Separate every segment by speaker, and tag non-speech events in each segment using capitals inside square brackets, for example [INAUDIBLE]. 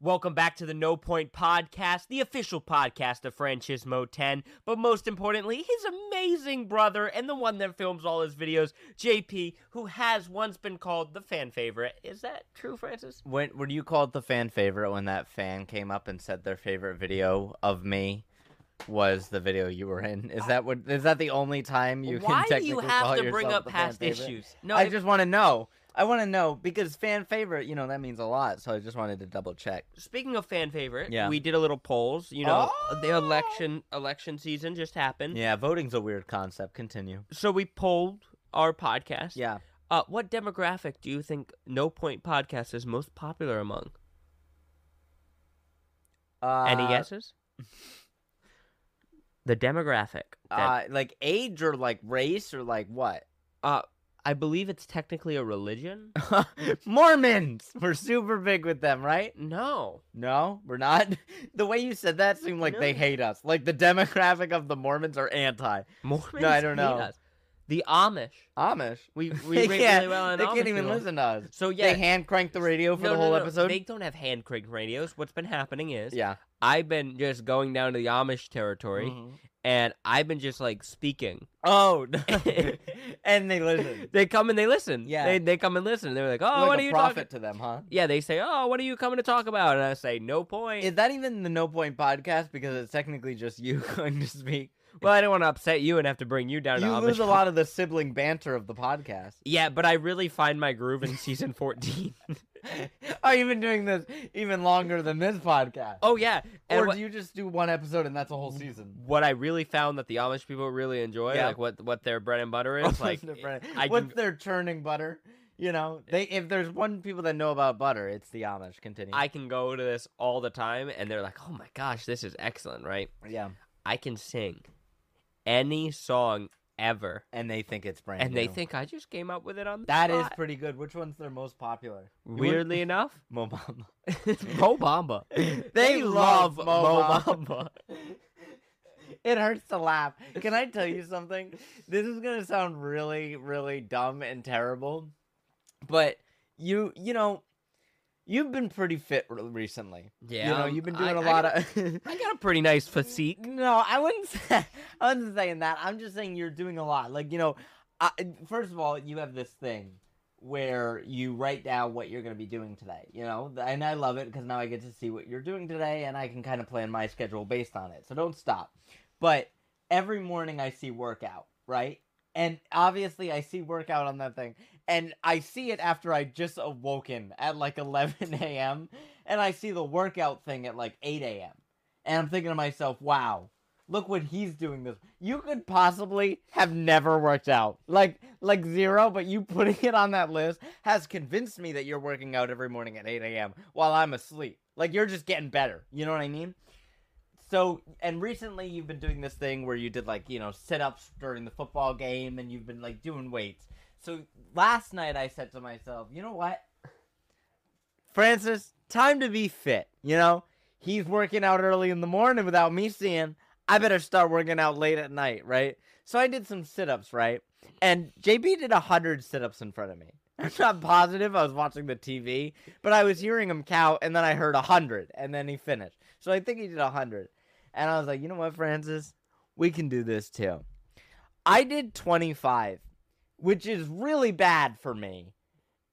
Speaker 1: Welcome back to the No Point Podcast, the official podcast of Franchismo 10, but most importantly, his amazing brother and the one that films all his videos, JP, who has once been called the fan favorite. Is that true, Francis?
Speaker 2: When were you called the fan favorite when that fan came up and said their favorite video of me was the video you were in? Is that what? Is that the only time [LAUGHS] you
Speaker 1: Why
Speaker 2: can
Speaker 1: do
Speaker 2: technically
Speaker 1: you have
Speaker 2: call
Speaker 1: to bring
Speaker 2: yourself
Speaker 1: up
Speaker 2: the fan
Speaker 1: past
Speaker 2: favorite?
Speaker 1: issues? No,
Speaker 2: I
Speaker 1: if-
Speaker 2: just want to know. I want to know because fan favorite, you know, that means a lot. So I just wanted to double check.
Speaker 1: Speaking of fan favorite,
Speaker 2: Yeah.
Speaker 1: we did a little polls. You know, the
Speaker 2: Oh.
Speaker 1: election election season just happened.
Speaker 2: Yeah, voting's a weird concept. Continue.
Speaker 1: So we polled our podcast.
Speaker 2: Yeah,
Speaker 1: Uh, what demographic do you think No Point Podcast is most popular among?
Speaker 2: uh,
Speaker 1: Any guesses? [LAUGHS] the demographic.
Speaker 2: Uh,
Speaker 1: that-
Speaker 2: like age or like race or like what? [LAUGHS]
Speaker 1: uh, I believe it's technically a religion.
Speaker 2: Mormons. We're super big with them, right?
Speaker 1: [LAUGHS] No.
Speaker 2: No, we're not. [LAUGHS] The way you said that seemed like they
Speaker 1: No.
Speaker 2: hate us. Like the demographic of the Mormons are anti
Speaker 1: Mormons.
Speaker 2: I don't
Speaker 1: hate
Speaker 2: know.
Speaker 1: us. The Amish.
Speaker 2: Amish. [LAUGHS]
Speaker 1: We we
Speaker 2: They
Speaker 1: rate really
Speaker 2: can't-
Speaker 1: well on
Speaker 2: they
Speaker 1: Amish
Speaker 2: can't even
Speaker 1: people.
Speaker 2: listen to us.
Speaker 1: So yeah,
Speaker 2: They hand crank the radio for
Speaker 1: no,
Speaker 2: the
Speaker 1: no,
Speaker 2: whole
Speaker 1: no,
Speaker 2: episode.
Speaker 1: They don't have hand cranked radios. What's been happening is
Speaker 2: Yeah.
Speaker 1: I've been just going down to the Amish territory,
Speaker 2: Mhm.
Speaker 1: and I've been just like speaking.
Speaker 2: Oh,
Speaker 1: [LAUGHS]
Speaker 2: no. and they listen.
Speaker 1: They come and they listen.
Speaker 2: Yeah.
Speaker 1: they they come and listen. And they're like, [LAUGHS] oh,
Speaker 2: like
Speaker 1: what
Speaker 2: a
Speaker 1: are you
Speaker 2: profit
Speaker 1: talking?
Speaker 2: to them, huh?
Speaker 1: Yeah, they say, oh, what are you coming to talk about? And I say, no point.
Speaker 2: Is that even the No Point podcast? Because it's technically just you [LAUGHS] going to speak.
Speaker 1: well, I don't want to upset you and have to bring you down.
Speaker 2: You
Speaker 1: to
Speaker 2: lose
Speaker 1: Amish [LAUGHS]
Speaker 2: a lot of the sibling banter of the podcast. [LAUGHS]
Speaker 1: Yeah, but I really find my groove in season 14.
Speaker 2: oh, you've been doing this even longer than this podcast.
Speaker 1: [LAUGHS] oh yeah, and
Speaker 2: or
Speaker 1: what,
Speaker 2: do you just do one episode and that's a whole season?
Speaker 1: what I really found that the Amish people really enjoy,
Speaker 2: Yeah.
Speaker 1: like what what their bread and
Speaker 2: [LAUGHS]
Speaker 1: butter is, [LAUGHS] like
Speaker 2: What's their brand-
Speaker 1: I
Speaker 2: what's
Speaker 1: can,
Speaker 2: their churning butter? You know, they if there's one people that know about butter, it's the Amish. Continue.
Speaker 1: I can go to this all the time, and they're like, oh my gosh, this is excellent, right?
Speaker 2: yeah,
Speaker 1: I can sing any song ever,
Speaker 2: and they think it's brand
Speaker 1: and they
Speaker 2: new.
Speaker 1: think I just came up with it on the
Speaker 2: that is
Speaker 1: spot.
Speaker 2: pretty good. Which one's their most popular? You wouldn't-
Speaker 1: weirdly
Speaker 2: [LAUGHS]
Speaker 1: enough
Speaker 2: Mo Bamba.
Speaker 1: Mo Bamba.
Speaker 2: [LAUGHS]
Speaker 1: They, love, Mo, Bamba.
Speaker 2: It hurts to laugh. Can I tell you something? This is gonna sound really, really dumb and terrible, but you, you know, you've been pretty fit re- recently.
Speaker 1: Yeah,
Speaker 2: you know,
Speaker 1: um,
Speaker 2: you've been
Speaker 1: I-
Speaker 2: doing a
Speaker 1: I
Speaker 2: lot
Speaker 1: got-
Speaker 2: of. [LAUGHS]
Speaker 1: I got a pretty nice physique.
Speaker 2: No, I wouldn't. [LAUGHS] Say, I wasn't saying that. I'm just saying you're doing a lot. Like you know, I, first of all, you have this thing where you write down what you're going to be doing today. You know, and I love it because now I get to see what you're doing today, and I can kind of plan my schedule based on it. So don't stop. But every morning I see workout, right? And obviously I see workout on that thing, and I see it after I just awoken at like [LAUGHS] 11 a.m. and I see the workout thing at like 8 a.m and I'm thinking to myself, wow, look what he's doing this. You could possibly have never worked out. Like like zero, but you putting it on that list has convinced me that you're working out every morning at 8 a.m. while I'm asleep. Like you're just getting better. You know what I mean? So and recently you've been doing this thing where you did like, you know, sit ups during the football game and you've been like doing weights. So last night I said to myself, you know what? Francis, time to be fit, you know? he's working out early in the morning without me seeing. I better start working out late at night, right? So I did some sit ups, right? And JB did 100 sit ups in front of me. [LAUGHS] I'm not positive I was watching the TV, but I was hearing him count, and then I heard 100, and then he finished. So I think he did 100. And I was like, you know what, Francis? We can do this too. I did 25, which is really bad for me.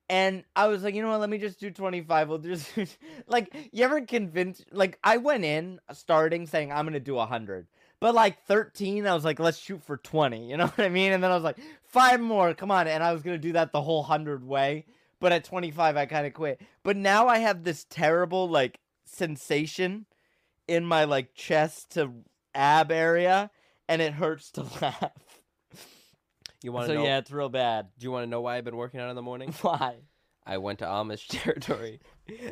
Speaker 2: And I was like, you know what? Let me just do 25. We'll just [LAUGHS] like you ever convince like I went in starting saying I'm going to do 100. But like 13, I was like, let's shoot for 20. You [LAUGHS] know what I mean? And then I was like, five more. Come on. And I was going to do that the whole 100 way. But at 25, I kind of quit. But now I have this terrible like sensation in my like chest to ab area and it hurts to [LAUGHS] laugh.
Speaker 1: You want to
Speaker 2: So
Speaker 1: know?
Speaker 2: yeah, it's real bad. [LAUGHS]
Speaker 1: Do you want to know why I've been working out in the morning?
Speaker 2: Why?
Speaker 1: I went to Amish [LAUGHS] territory.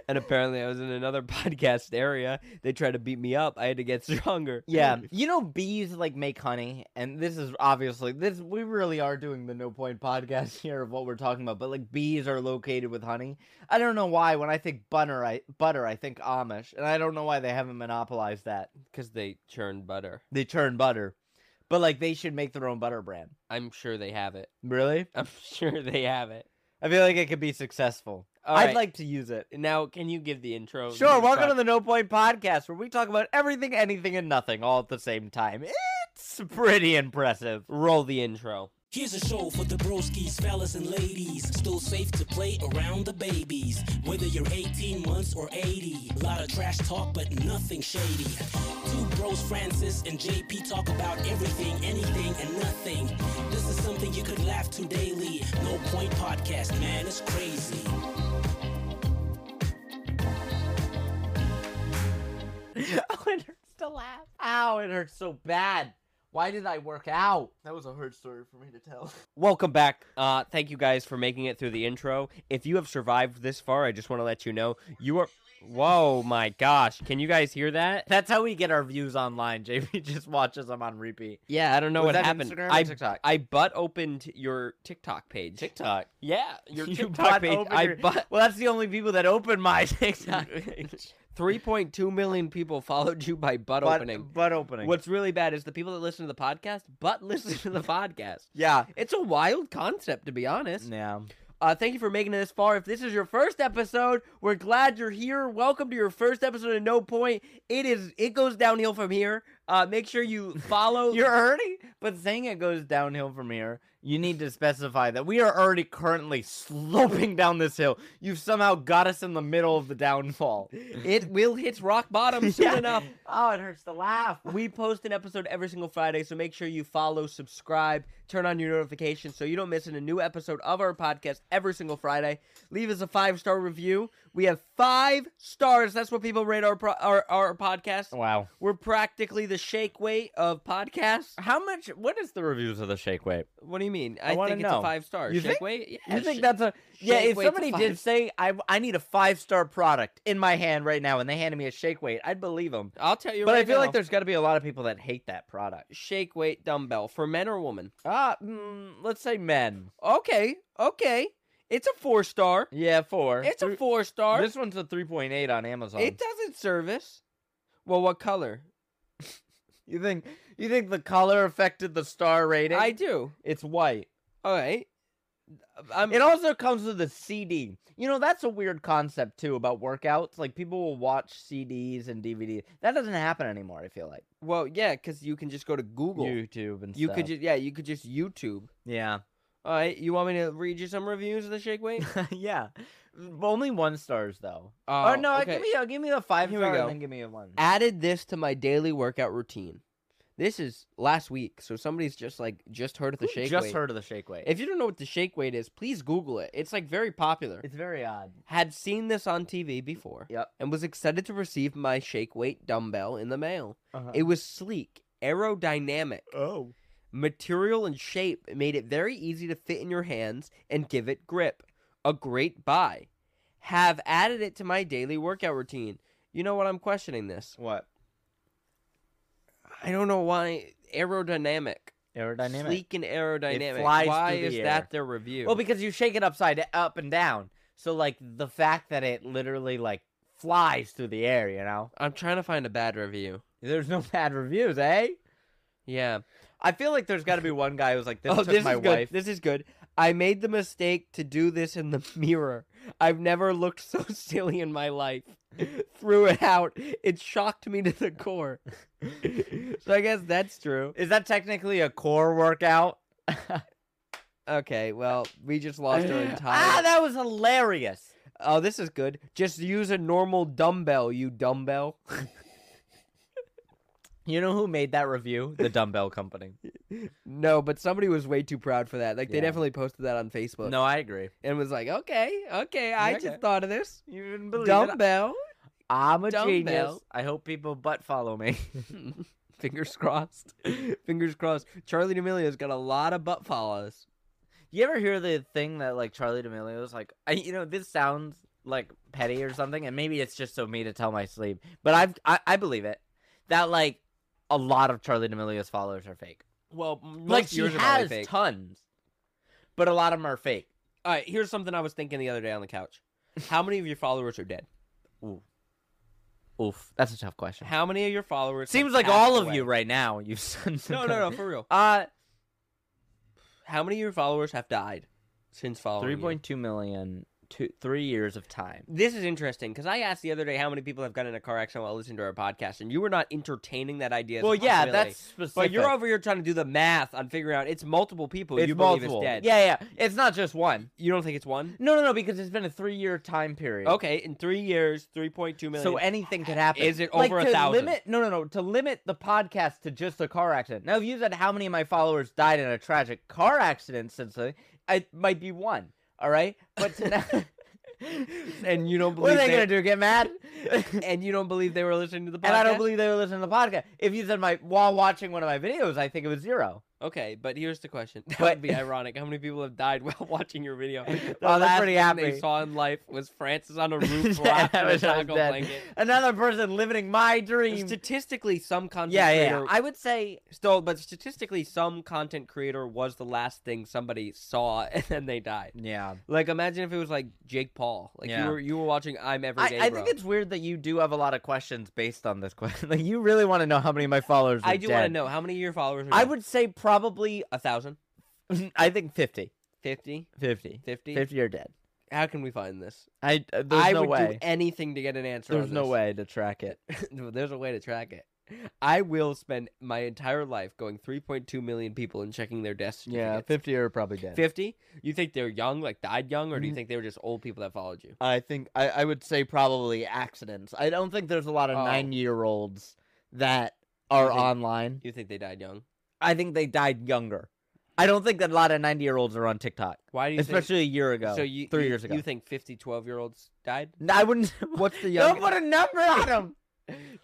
Speaker 1: And apparently, I was in another [LAUGHS] podcast area. They tried to beat me up. I had to get [LAUGHS] stronger.
Speaker 2: Yeah, you know bees like make honey, and this is obviously this. We really are doing the no point podcast [LAUGHS] here of what we're talking about, but like bees are located with honey. I don't know why when I think butter, I butter I think Amish, and I don't know why they haven't monopolized that.
Speaker 1: because they churn butter.
Speaker 2: They churn butter, but like they should make their own butter brand.
Speaker 1: I'm sure they have it. [LAUGHS]
Speaker 2: Really,
Speaker 1: I'm sure they have it.
Speaker 2: I feel like it could be successful.
Speaker 1: All
Speaker 2: I'd
Speaker 1: right.
Speaker 2: like to use it.
Speaker 1: Now, can you give the intro?
Speaker 2: Sure, welcome to the No Point Podcast, where we talk about everything, anything, and nothing all at the same time. It's pretty impressive.
Speaker 1: roll the
Speaker 2: [LAUGHS]
Speaker 1: intro. [LAUGHS]
Speaker 3: Here's a show for the broskies, fellas, and ladies. Still safe to play around the babies. Whether you're 18 months or 80. Lot of trash talk, but nothing shady. Two bros, Francis and JP, talk about everything, anything, and nothing. This is something you could laugh to daily. No point podcast, man, it's crazy.
Speaker 2: oh, it hurts to laugh. Ow, it hurts so bad. Why did I work out? That was a hard story for me to tell. [LAUGHS]
Speaker 1: Welcome back. Uh, thank you guys for making it through the intro. If you have survived this far, I just want to let you know you are. Whoa, my gosh! Can you guys hear that?
Speaker 2: That's how we get our views online. [LAUGHS] JP just watches them on repeat.
Speaker 1: Yeah, I don't know
Speaker 2: Was
Speaker 1: what
Speaker 2: that
Speaker 1: happened.
Speaker 2: Instagram or
Speaker 1: I
Speaker 2: TikTok?
Speaker 1: I butt opened your TikTok page.
Speaker 2: TikTok.
Speaker 1: Yeah, [LAUGHS] your
Speaker 2: [LAUGHS] You
Speaker 1: TikTok
Speaker 2: butt
Speaker 1: page.
Speaker 2: open
Speaker 1: I
Speaker 2: your- [LAUGHS]
Speaker 1: butt.
Speaker 2: Well, that's the only people that open my [LAUGHS] TikTok page.
Speaker 1: 3.2 million people followed you by butt, opening.
Speaker 2: Butt [LAUGHS] opening.
Speaker 1: What's really bad is the people that listen to the podcast, butt listen to the podcast.
Speaker 2: Yeah.
Speaker 1: It's a wild concept, to be honest.
Speaker 2: Yeah.
Speaker 1: Uh, thank you for making it this far. If this is your first episode, we're glad you're here. Welcome to your first episode of No Point. It is. It goes downhill from here. Uh, make sure you [LAUGHS] follow.
Speaker 2: You're already, but saying it goes downhill from here, you need to specify that we are already currently sloping down this hill. You've somehow got us in the middle of the downfall.
Speaker 1: it will hit rock [LAUGHS] bottom soon
Speaker 2: Yeah.
Speaker 1: enough.
Speaker 2: Oh, it hurts to laugh.
Speaker 1: We post an episode every single Friday, so make sure you follow, subscribe, turn on your notifications so you don't miss a new episode of our podcast every single Friday. Leave us a five star review. We have five stars. That's what people rate our pro- our, our podcast.
Speaker 2: Wow.
Speaker 1: We're practically the shake weight of podcasts.
Speaker 2: How much? What is the reviews of the shake weight?
Speaker 1: What do you mean? I,
Speaker 2: wanna
Speaker 1: think
Speaker 2: know.
Speaker 1: it's a five star.
Speaker 2: You
Speaker 1: shake
Speaker 2: think-
Speaker 1: weight? Yeah,
Speaker 2: You think
Speaker 1: sh-
Speaker 2: that's a yeah?
Speaker 1: shake
Speaker 2: If
Speaker 1: weight's a
Speaker 2: somebody did
Speaker 1: five.
Speaker 2: say I I need a five star product in my hand right now, and they handed me a shake weight, I'd believe them.
Speaker 1: I'll tell you
Speaker 2: but
Speaker 1: right
Speaker 2: I feel
Speaker 1: now,
Speaker 2: like there's got to be a lot of people that hate that product.
Speaker 1: shake weight dumbbell for men or women.
Speaker 2: Ah, mm, let's say men.
Speaker 1: Okay, okay. It's a four star.
Speaker 2: Yeah, four.
Speaker 1: It's a
Speaker 2: Three-
Speaker 1: four star.
Speaker 2: This one's a three point eight on Amazon.
Speaker 1: It doesn't service. Well, what color?
Speaker 2: You think you think the color affected the star rating?
Speaker 1: I do.
Speaker 2: it's white.
Speaker 1: All right. I'm,
Speaker 2: It also comes with a CD. You know, that's a weird concept too about workouts. Like people will watch CDs and DVDs. That doesn't happen anymore. I feel like
Speaker 1: well, yeah, because you can just go to Google. You,
Speaker 2: YouTube and
Speaker 1: could just yeah, you could just YouTube.
Speaker 2: yeah
Speaker 1: All right. You want me to read you some reviews of the shake weight?
Speaker 2: [LAUGHS]
Speaker 1: [LAUGHS]
Speaker 2: yeah. But only one stars though.
Speaker 1: Oh,
Speaker 2: oh no,
Speaker 1: okay.
Speaker 2: give me a, give me a five
Speaker 1: Here we
Speaker 2: star
Speaker 1: go.
Speaker 2: and then give me a one.
Speaker 1: Added this to my daily workout routine. This is last week, so somebody's just like just heard of the
Speaker 2: Who
Speaker 1: shake
Speaker 2: just
Speaker 1: weight.
Speaker 2: heard of the shake weight.
Speaker 1: If you don't know what the shake weight is, please Google it. It's like very popular.
Speaker 2: it's very odd.
Speaker 1: Had seen this on TV before.
Speaker 2: Yep.
Speaker 1: And was excited to receive my shake weight dumbbell in the mail.
Speaker 2: Uh-huh.
Speaker 1: It was sleek, aerodynamic,
Speaker 2: oh.
Speaker 1: material and shape made it very easy to fit in your hands and give it grip. A great buy. Have added it to my daily workout routine. You know what? I'm questioning this.
Speaker 2: What
Speaker 1: I don't know why aerodynamic,
Speaker 2: aerodynamic?
Speaker 1: sleek and aerodynamic.
Speaker 2: flies
Speaker 1: why
Speaker 2: through
Speaker 1: is
Speaker 2: the air.
Speaker 1: that their review?
Speaker 2: Well, because you shake it upside up and down. So like the fact that it literally like flies through the air, you know.
Speaker 1: I'm trying to find a bad review.
Speaker 2: There's no [LAUGHS] bad reviews, eh?
Speaker 1: Yeah.
Speaker 2: I feel like there's got to be one guy who's like, "This
Speaker 1: oh,
Speaker 2: took
Speaker 1: this
Speaker 2: my
Speaker 1: is good.
Speaker 2: wife."
Speaker 1: This is good. I made the mistake to do this in the [LAUGHS] mirror. I've never looked so [LAUGHS] silly in my life. [LAUGHS] Threw it out. It shocked me to the core. [LAUGHS] so I guess that's true.
Speaker 2: Is that technically a core workout?
Speaker 1: [LAUGHS] Okay, well, we just lost
Speaker 2: [LAUGHS]
Speaker 1: our
Speaker 2: ah,
Speaker 1: entire.
Speaker 2: that was hilarious.
Speaker 1: Oh, this is good. Just use a normal dumbbell, you dumbbell. [LAUGHS]
Speaker 2: You know who made that review? The dumbbell [LAUGHS] company.
Speaker 1: No, but somebody was way too proud for that. Like they
Speaker 2: Yeah.
Speaker 1: definitely posted that on Facebook
Speaker 2: no, I agree.
Speaker 1: and was like, "Okay, okay, I
Speaker 2: Okay.
Speaker 1: just thought of this
Speaker 2: You didn't believe it.
Speaker 1: dumbbell."
Speaker 2: I'm a genius.
Speaker 1: Dumbbell.
Speaker 2: I hope people butt follow me.
Speaker 1: [LAUGHS]
Speaker 2: [LAUGHS]
Speaker 1: Fingers crossed. Fingers crossed. Charlie D'Amelio's got a lot of butt follows.
Speaker 2: You ever hear the thing that like Charlie D'Amelio was like, I, you know, this sounds like petty or something, and maybe it's just so me to tell my sleep. But I've I, I believe it that like a lot of Charlie D'Amelio's followers are fake.
Speaker 1: Well, m- most
Speaker 2: like
Speaker 1: of
Speaker 2: she
Speaker 1: yours are probably
Speaker 2: has
Speaker 1: fake.
Speaker 2: tons, but a lot of them are fake.
Speaker 1: All right, here's something I was thinking the other day on the couch. How many of your followers are dead?
Speaker 2: Oof, that's a tough question.
Speaker 1: How many of your followers? have
Speaker 2: Seems like
Speaker 1: passed
Speaker 2: all of
Speaker 1: away?
Speaker 2: you right now. You've [LAUGHS] said
Speaker 1: No, no, no, for real.
Speaker 2: Uh,
Speaker 1: How many of your followers have died since following?
Speaker 2: three
Speaker 1: you?
Speaker 2: point two million, two three years of time.
Speaker 1: This is interesting because I asked the other day how many people have gotten in a car accident while listening to our podcast, and you were not entertaining that idea. as a
Speaker 2: Well, yeah,
Speaker 1: possibility.
Speaker 2: that's specific.
Speaker 1: But you're over here trying to do the math on figuring out it's multiple people
Speaker 2: It's
Speaker 1: you believe
Speaker 2: multiple.
Speaker 1: is dead.
Speaker 2: Yeah, yeah. It's not just one.
Speaker 1: You don't think it's one?
Speaker 2: No, no, no. Because it's been a three-year time period.
Speaker 1: Okay, in three years, three point two million.
Speaker 2: So anything could happen.
Speaker 1: Is it
Speaker 2: Like,
Speaker 1: over a
Speaker 2: to
Speaker 1: thousand?
Speaker 2: Limit, no, no, no. To limit the podcast to just a car accident. Now, if you said how many of my followers died in a tragic car accident since then, it might be one. All right, but to [LAUGHS]
Speaker 1: [LAUGHS]
Speaker 2: now-
Speaker 1: and you don't
Speaker 2: [LAUGHS]
Speaker 1: believe
Speaker 2: what are they
Speaker 1: they-
Speaker 2: gonna do? Get mad?
Speaker 1: [LAUGHS] and you don't believe they were listening to the podcast.
Speaker 2: And I don't believe they were listening to the podcast. If you said my while watching one of my videos, I think it was zero.
Speaker 1: Okay, but here's the question. [LAUGHS] That
Speaker 2: But-
Speaker 1: would be ironic. How many people have died [LAUGHS] while watching your
Speaker 2: [LAUGHS]
Speaker 1: video? The
Speaker 2: Well, that's
Speaker 1: last
Speaker 2: pretty
Speaker 1: thing
Speaker 2: happy.
Speaker 1: They saw in life was Francis on
Speaker 2: [LAUGHS]
Speaker 1: a roof
Speaker 2: Yeah,
Speaker 1: wrapped
Speaker 2: I
Speaker 1: in a
Speaker 2: wish I was
Speaker 1: taco
Speaker 2: dead. [LAUGHS]
Speaker 1: blanket.
Speaker 2: Another person limiting my dream.
Speaker 1: Statistically, some content
Speaker 2: yeah, yeah, yeah.
Speaker 1: creator
Speaker 2: I would say
Speaker 1: still, but statistically, some content creator was the last thing somebody saw, [LAUGHS] and then they died.
Speaker 2: yeah.
Speaker 1: Like, imagine if it was like Jake Paul. Like
Speaker 2: Yeah.
Speaker 1: you were you were watching I'm Every
Speaker 2: I,
Speaker 1: Day.
Speaker 2: I
Speaker 1: Bro.
Speaker 2: think it's weird that you do have a lot of questions based on this [LAUGHS] question. Like you really want to know how many of my followers. Are
Speaker 1: I do
Speaker 2: want to
Speaker 1: know how many of your followers. Are
Speaker 2: I
Speaker 1: dead?
Speaker 2: would say probably
Speaker 1: a thousand,
Speaker 2: [LAUGHS] I think 50.
Speaker 1: fifty,
Speaker 2: 50.
Speaker 1: fifty.
Speaker 2: 50 are dead.
Speaker 1: How can we find this?
Speaker 2: I uh, there's
Speaker 1: I
Speaker 2: no
Speaker 1: would do
Speaker 2: way.
Speaker 1: anything to get an answer.
Speaker 2: There's
Speaker 1: on
Speaker 2: no
Speaker 1: this.
Speaker 2: way to track it. [LAUGHS]
Speaker 1: No, [LAUGHS] There's a way to track it. I will spend my entire life going 3.2 million people and checking their deaths.
Speaker 2: 50 are probably dead.
Speaker 1: 50? You think they're young, like died young, or do you
Speaker 2: Mm.
Speaker 1: think they were just old people that followed you?
Speaker 2: I think I, I would say probably accidents. I don't think there's a lot of
Speaker 1: Oh.
Speaker 2: 9-year-olds that are
Speaker 1: think-
Speaker 2: online.
Speaker 1: You think they died young?
Speaker 2: I think they died younger. I don't think that a lot of 90-year-olds are on TikTok,
Speaker 1: Why do you
Speaker 2: especially a year ago.
Speaker 1: think, so you,
Speaker 2: 3
Speaker 1: you-
Speaker 2: years ago.
Speaker 1: You think 50, 12 year olds died?
Speaker 2: N- I wouldn't [LAUGHS]
Speaker 1: What's the
Speaker 2: Don't
Speaker 1: young-
Speaker 2: put a number
Speaker 1: [LAUGHS]
Speaker 2: on them.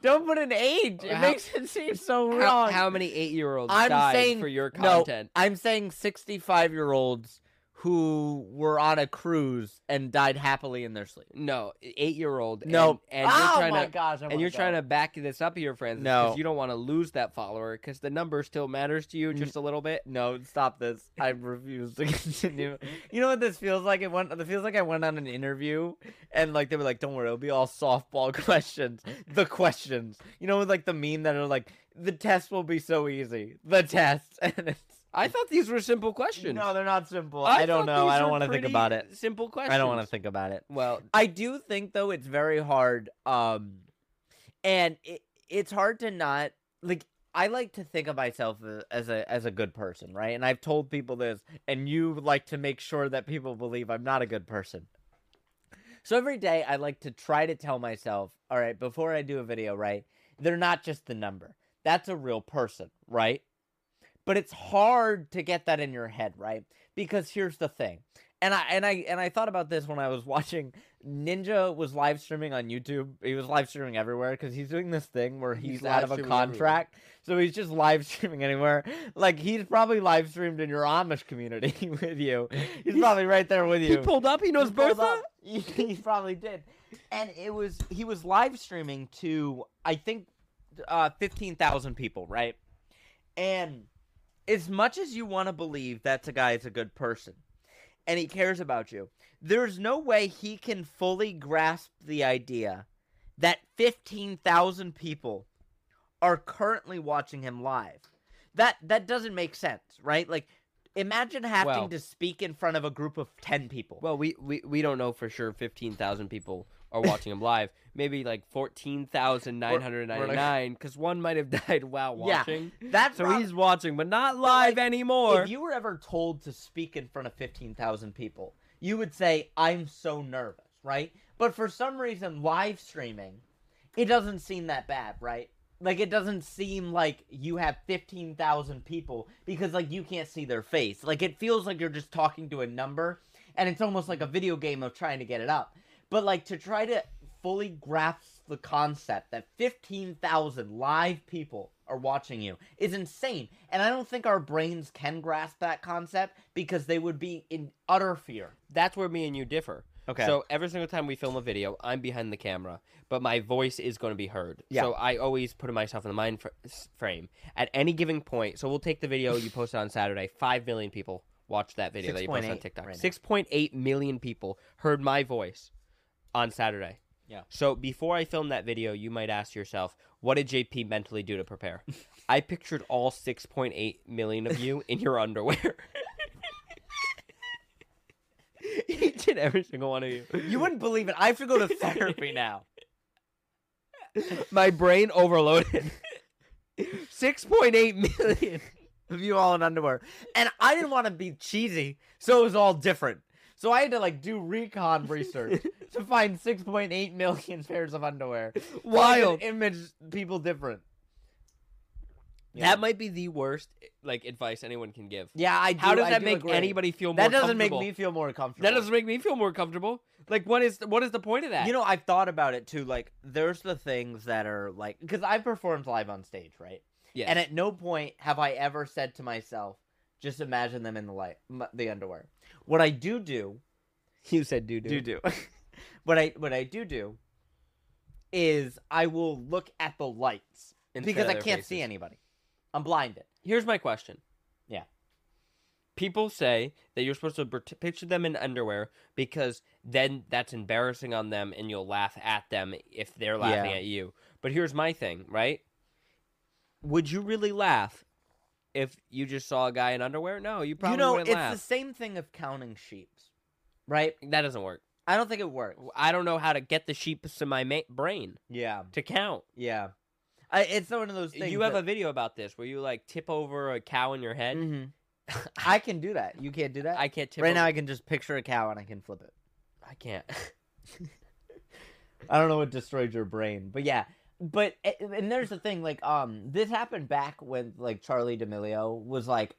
Speaker 2: don't put an age. It
Speaker 1: How-
Speaker 2: makes it seem so wrong.
Speaker 1: How, how many eight year olds
Speaker 2: I'm
Speaker 1: died
Speaker 2: saying-
Speaker 1: for your
Speaker 2: no.
Speaker 1: content?
Speaker 2: I'm saying 65 year olds who were on a cruise and died happily in their sleep.
Speaker 1: No, eight year old.
Speaker 2: No.
Speaker 1: And, and
Speaker 2: oh
Speaker 1: you're trying
Speaker 2: my
Speaker 1: to.
Speaker 2: gosh. I
Speaker 1: And you're trying to back this up here, friends,
Speaker 2: No.
Speaker 1: because you don't want to lose that follower, because the number still matters to you
Speaker 2: Mm.
Speaker 1: just a little bit.
Speaker 2: No, stop this.
Speaker 1: [LAUGHS]
Speaker 2: I refuse to continue. you know what this feels like? It went. It feels like I went on an interview and like they were like, "Don't worry, it'll be all softball [LAUGHS] questions." The questions. You know, like the meme that are like, "The test will be so easy." The test. [LAUGHS] And it's
Speaker 1: I thought these were simple questions.
Speaker 2: no, they're not simple. I,
Speaker 1: thought
Speaker 2: don't know. I
Speaker 1: these
Speaker 2: don't
Speaker 1: were
Speaker 2: want to think
Speaker 1: pretty
Speaker 2: about it.
Speaker 1: Simple questions.
Speaker 2: I don't want to think about it.
Speaker 1: Well,
Speaker 2: I do think though it's very hard um and it, it's hard to not like I like to think of myself a- as a as a good person, right? And I've told people this and you like to make sure that people believe I'm not a good person. So every day I like to try to tell myself, all right, before I do a video, right? They're not just the number. That's a real person, right? But it's hard to get that in your head, right? Because here's the thing. And I and I and I thought about this when I was [LAUGHS] watching Ninja was live streaming on YouTube. He was live streaming everywhere because he's doing this thing where he's,
Speaker 1: He's
Speaker 2: out
Speaker 1: live
Speaker 2: of a
Speaker 1: streaming everywhere.
Speaker 2: contract. So he's just live streaming anywhere. Like he's probably live streamed in your Amish community [LAUGHS] with you. He's,
Speaker 1: He's-
Speaker 2: probably right there with you.
Speaker 1: he pulled up. He knows
Speaker 2: He pulled [LAUGHS]
Speaker 1: Bertha.
Speaker 2: up. He, he probably did. And it was he was live streaming to I think uh, fifteen thousand people, right? And as much as you want to believe that a guy is a good person and he cares about you, there's no way he can fully grasp the idea that fifteen thousand people are currently watching him live. That that doesn't make sense, right? Like imagine having
Speaker 1: Well-
Speaker 2: to speak in front of a group of ten people.
Speaker 1: Well, we, we we don't know for sure. Fifteen thousand people are watching him live. Maybe like fourteen thousand nine hundred ninety nine, because one might have died while
Speaker 2: Yeah,
Speaker 1: watching.
Speaker 2: That's
Speaker 1: So
Speaker 2: prob-
Speaker 1: he's watching, but not live
Speaker 2: like,
Speaker 1: anymore.
Speaker 2: If you were ever told to speak in front of 15,000 people, you would say, I'm so nervous, right? But for some reason, live streaming, it doesn't seem that bad, right? Like, it doesn't seem like you have 15,000 people because, like, you can't see their face. Like, it feels like you're just talking to a number, and it's almost like a video game of trying to get it up. But, like, to try to fully grasp the concept that 15,000 live people are watching you is insane. And I don't think our brains can grasp that concept because they would be in utter fear.
Speaker 1: That's where me and you differ.
Speaker 4: Okay.
Speaker 1: So every single time we film a video, I'm behind the camera, but my voice is going to be heard.
Speaker 4: Yeah.
Speaker 1: So I always put myself in the mind fr- s- frame at any given point. So we'll take the video you posted on Saturday. Five million people watched that video that you posted on
Speaker 2: 6.8
Speaker 1: TikTok.
Speaker 2: right now.
Speaker 1: Six point eight million people heard my voice on Saturday.
Speaker 2: Yeah.
Speaker 1: So before I filmed that video, you might ask yourself, what did JP mentally do to
Speaker 2: [LAUGHS]
Speaker 1: prepare? I pictured all 6.8 million of you in your underwear. [LAUGHS] Each and every single one of you.
Speaker 2: You wouldn't believe it. I have to [LAUGHS] go to therapy now.
Speaker 1: My brain [LAUGHS] overloaded. 6.8 million.
Speaker 2: Of you all in underwear. And I didn't want to be cheesy, so it was all different. So I had to like do [LAUGHS] recon research to find 6.8 million [LAUGHS] pairs of underwear.
Speaker 1: Wild.
Speaker 2: Wild image people different.
Speaker 1: That might be the worst like advice anyone can give.
Speaker 2: Yeah, I. Do,
Speaker 1: How does
Speaker 2: I
Speaker 1: that
Speaker 2: do
Speaker 1: make
Speaker 2: agree.
Speaker 1: anybody feel more
Speaker 2: That doesn't make
Speaker 1: comfortable?
Speaker 2: me feel more comfortable.
Speaker 1: That doesn't make me feel more comfortable. Like what is what is the point of that?
Speaker 2: You know, I've thought about it too. Like, there's the things that are like, because I performed live on stage, right?
Speaker 1: yes.
Speaker 2: And at no point have I ever said to myself, "Just imagine them in the light, m- the underwear." What I do do,
Speaker 1: you said doo doo.
Speaker 2: do, [LAUGHS] what I what I do do, is I will look at the lights because I can't see anybody. I'm blinded.
Speaker 1: Here's my question.
Speaker 2: Yeah.
Speaker 1: People say that you're supposed to pert- picture them in underwear because then that's embarrassing on them and you'll laugh at them if they're laughing
Speaker 2: Yeah.
Speaker 1: at you. But here's my thing, right? Would you really laugh if you just saw a guy in underwear? No, you probably
Speaker 2: you know,
Speaker 1: wouldn't
Speaker 2: it's the
Speaker 1: laugh.
Speaker 2: same thing of counting sheep, right?
Speaker 1: That doesn't work.
Speaker 2: I don't think it works.
Speaker 1: I don't know how to get the sheeps in my ma- brain
Speaker 2: Yeah,
Speaker 1: to count.
Speaker 2: yeah. I, it's one of those things.
Speaker 1: you have a video about this where you like tip over a cow in your head. [LAUGHS]
Speaker 2: I can do that. You can't do that.
Speaker 1: I can't tip
Speaker 2: Mm-hmm. right
Speaker 1: over-
Speaker 2: now, I can just picture a cow and I can flip it.
Speaker 1: I can't. [LAUGHS]
Speaker 2: [LAUGHS] I don't know what destroyed your brain, but yeah. But a- and there's the thing, like um, this happened back when like Charlie D'Amelio was like,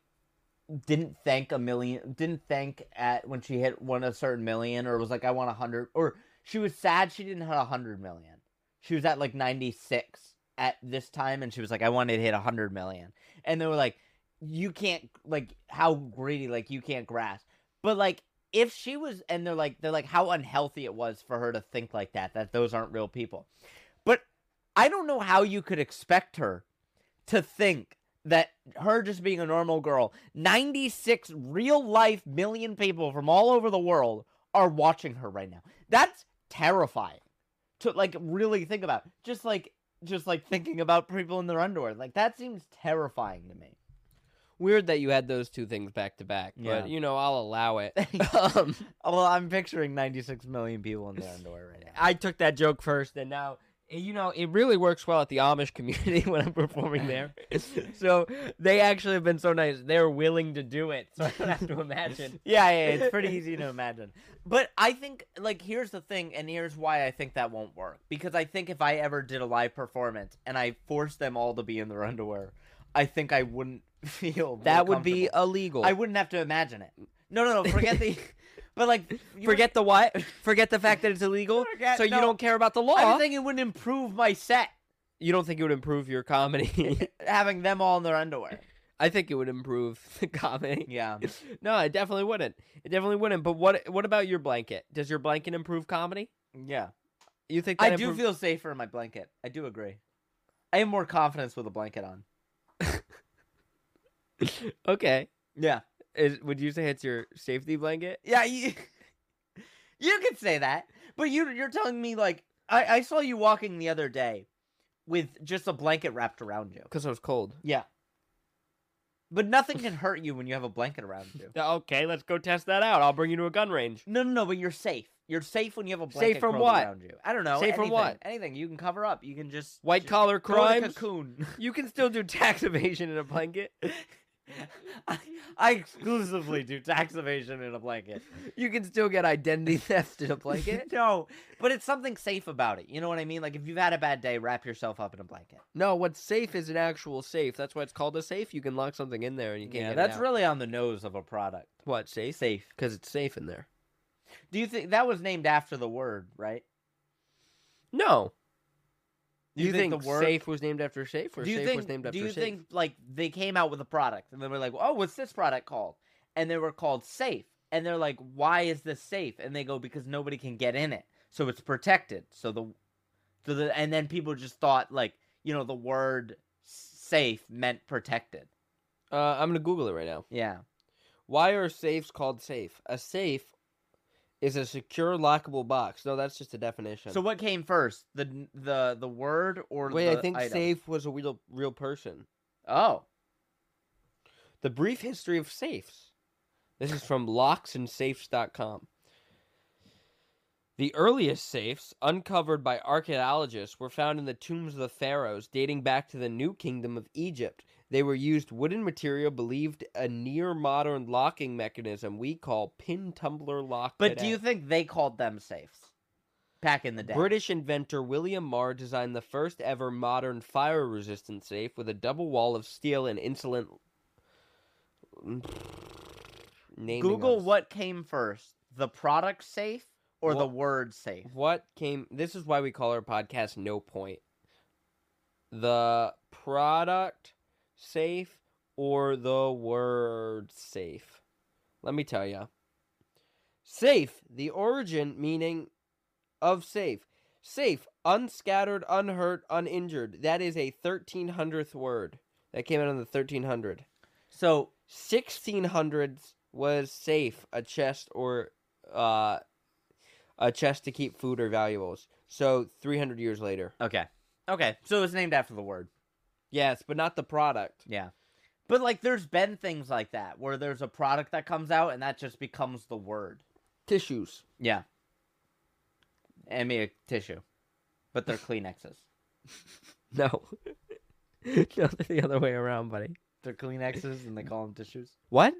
Speaker 2: didn't thank a million, didn't thank at when she hit one a certain million, or was like I want a hundred, or she was sad she didn't hit a hundred million. She was at like ninety six at this time, and she was like I wanted to hit a hundred million, and they were like, you can't like how greedy, like you can't grasp, but like if she was and they're like they're like how unhealthy it was for her to think like that that those aren't real people but i don't know how you could expect her to think that her just being a normal girl 96 real life million people from all over the world are watching her right now that's terrifying to like really think about just like just like thinking about people in their underwear like that seems terrifying to me
Speaker 1: Weird that you had those two things back to back, but
Speaker 2: Yeah.
Speaker 1: you know I'll allow it. [LAUGHS] um,
Speaker 2: [LAUGHS] well i'm picturing 96 million people in their underwear right now
Speaker 1: I took that joke first, and now eh, you know it really works well at the Amish community [LAUGHS] when I'm performing [LAUGHS] there. so they actually have been so nice; they're willing to do it, [LAUGHS] so I don't have to imagine.
Speaker 2: [LAUGHS] yeah, yeah, it's pretty easy
Speaker 1: [LAUGHS]
Speaker 2: to imagine. But I think, like, here's the thing, and here's why I think that won't work. Because I think if I ever did a live performance and I forced them all to be in their underwear, I think I wouldn't [LAUGHS] feel
Speaker 1: That
Speaker 2: real
Speaker 1: would be
Speaker 2: comfortable.
Speaker 1: illegal.
Speaker 2: I wouldn't have to imagine it. No, no, no.
Speaker 1: [LAUGHS]
Speaker 2: Forget the. But like, you
Speaker 1: forget the what? Forget the fact that it's [LAUGHS] illegal.
Speaker 2: Forget-
Speaker 1: so you
Speaker 2: no.
Speaker 1: don't care about the law.
Speaker 2: wouldn't- I'm thinking it wouldn't improve my set
Speaker 1: you don't think it would improve your comedy? [LAUGHS]
Speaker 2: having them all in their underwear.
Speaker 1: I think it would improve [LAUGHS] the comedy.
Speaker 2: Yeah.
Speaker 1: No, it definitely wouldn't. It definitely wouldn't. But what what about your blanket? Does your blanket improve comedy?
Speaker 2: Yeah.
Speaker 1: You think that
Speaker 2: I do
Speaker 1: improve-
Speaker 2: feel safer in my blanket. I do agree. I have more confidence with a blanket on.
Speaker 1: okay?
Speaker 2: Yeah.
Speaker 1: Is, would you say it's your safety blanket?
Speaker 2: Yeah, [LAUGHS] you, you could say that, but you you're telling me like I I saw you walking the other day with just a blanket wrapped around you.
Speaker 1: Because I was cold.
Speaker 2: Yeah, but nothing can hurt you when you have a blanket around you.
Speaker 1: Okay, let's go test that out. I'll bring you to a gun range.
Speaker 2: [LAUGHS] No, no, no. But you're safe. You're safe when you have a
Speaker 1: Safe
Speaker 2: blanket
Speaker 1: from
Speaker 2: curled
Speaker 1: what?
Speaker 2: around you. I don't know.
Speaker 1: Safe from
Speaker 2: anything,
Speaker 1: what?
Speaker 2: Anything you can cover up. You can just
Speaker 1: White
Speaker 2: just
Speaker 1: collar
Speaker 2: throw in a
Speaker 1: crimes.
Speaker 2: [LAUGHS] cocoon.
Speaker 1: You can still do tax [LAUGHS] evasion in a blanket.
Speaker 2: I, I exclusively do tax evasion in a blanket.
Speaker 1: You can still get
Speaker 2: [LAUGHS]
Speaker 1: identity theft in a blanket.
Speaker 2: no, but it's something safe about it. You know what I mean? Like if you've had a bad day, wrap yourself up in a blanket.
Speaker 1: No, what's safe is an actual safe. That's why it's called a safe. You can lock something in there and you can't
Speaker 2: Yeah,
Speaker 1: get
Speaker 2: that's
Speaker 1: it out.
Speaker 2: really on the nose of a product.
Speaker 1: what safe
Speaker 2: Safe.
Speaker 1: because it's safe in there.
Speaker 2: Do you think that was named after the word, right?
Speaker 1: No.
Speaker 2: Do
Speaker 1: you, think, safe was named after safe, or
Speaker 2: do you
Speaker 1: safe
Speaker 2: think,
Speaker 1: was named after
Speaker 2: Do you
Speaker 1: safe?
Speaker 2: think like they came out with a product and they were like, "Oh, what's this product called?" And they were called safe, and they're like, "Why is this safe?" And they go, "Because nobody can get in it, so it's protected." So the, so the, and then people just thought like, you know, the word s- safe meant protected.
Speaker 4: Uh, I'm gonna Google it right now.
Speaker 2: Yeah.
Speaker 4: Why are safes called safe? A safe is a secure lockable box. No, that's just a definition.
Speaker 2: So what came first, the n- the the word or
Speaker 4: wait,
Speaker 2: the
Speaker 4: I think
Speaker 2: item?
Speaker 4: safe was a real real person.
Speaker 2: Oh,
Speaker 4: The brief history of safes. This is from locksandsafes.com. The earliest safes uncovered by archaeologists were found in the tombs of the pharaohs dating back to the New Kingdom of Egypt. They were used wooden material believed a near modern locking mechanism we call pin tumbler lock.
Speaker 2: but do
Speaker 4: today.
Speaker 2: you think they called them safes back in the day?
Speaker 4: British inventor William Marr designed the first ever modern fire resistant safe with a double wall of steel and insulin. Naming
Speaker 2: Google
Speaker 4: of-
Speaker 2: what came first, the product safe or the
Speaker 4: Wha-
Speaker 2: word safe?
Speaker 4: What came. This is why we call our podcast No Point. The product safe or the word safe? Let me tell you. Safe, the origin meaning of safe. Safe, unscattered, unhurt, uninjured. That is a 1300th word. That came out in the 1300.
Speaker 2: So
Speaker 4: 1600s was safe, a chest or uh, a chest to keep food or valuables. So 300 years later.
Speaker 2: okay, okay. So it's named after the word.
Speaker 4: Yes, but not the product.
Speaker 2: Yeah. But like there's been things like that where there's a product that comes out and that just becomes the word.
Speaker 4: Tissues.
Speaker 2: Yeah. I mean a tissue. But they're Kleenexes.
Speaker 4: No. [LAUGHS] no, the other way around, buddy.
Speaker 2: They're Kleenexes and they call them tissues.
Speaker 1: [LAUGHS]
Speaker 4: What?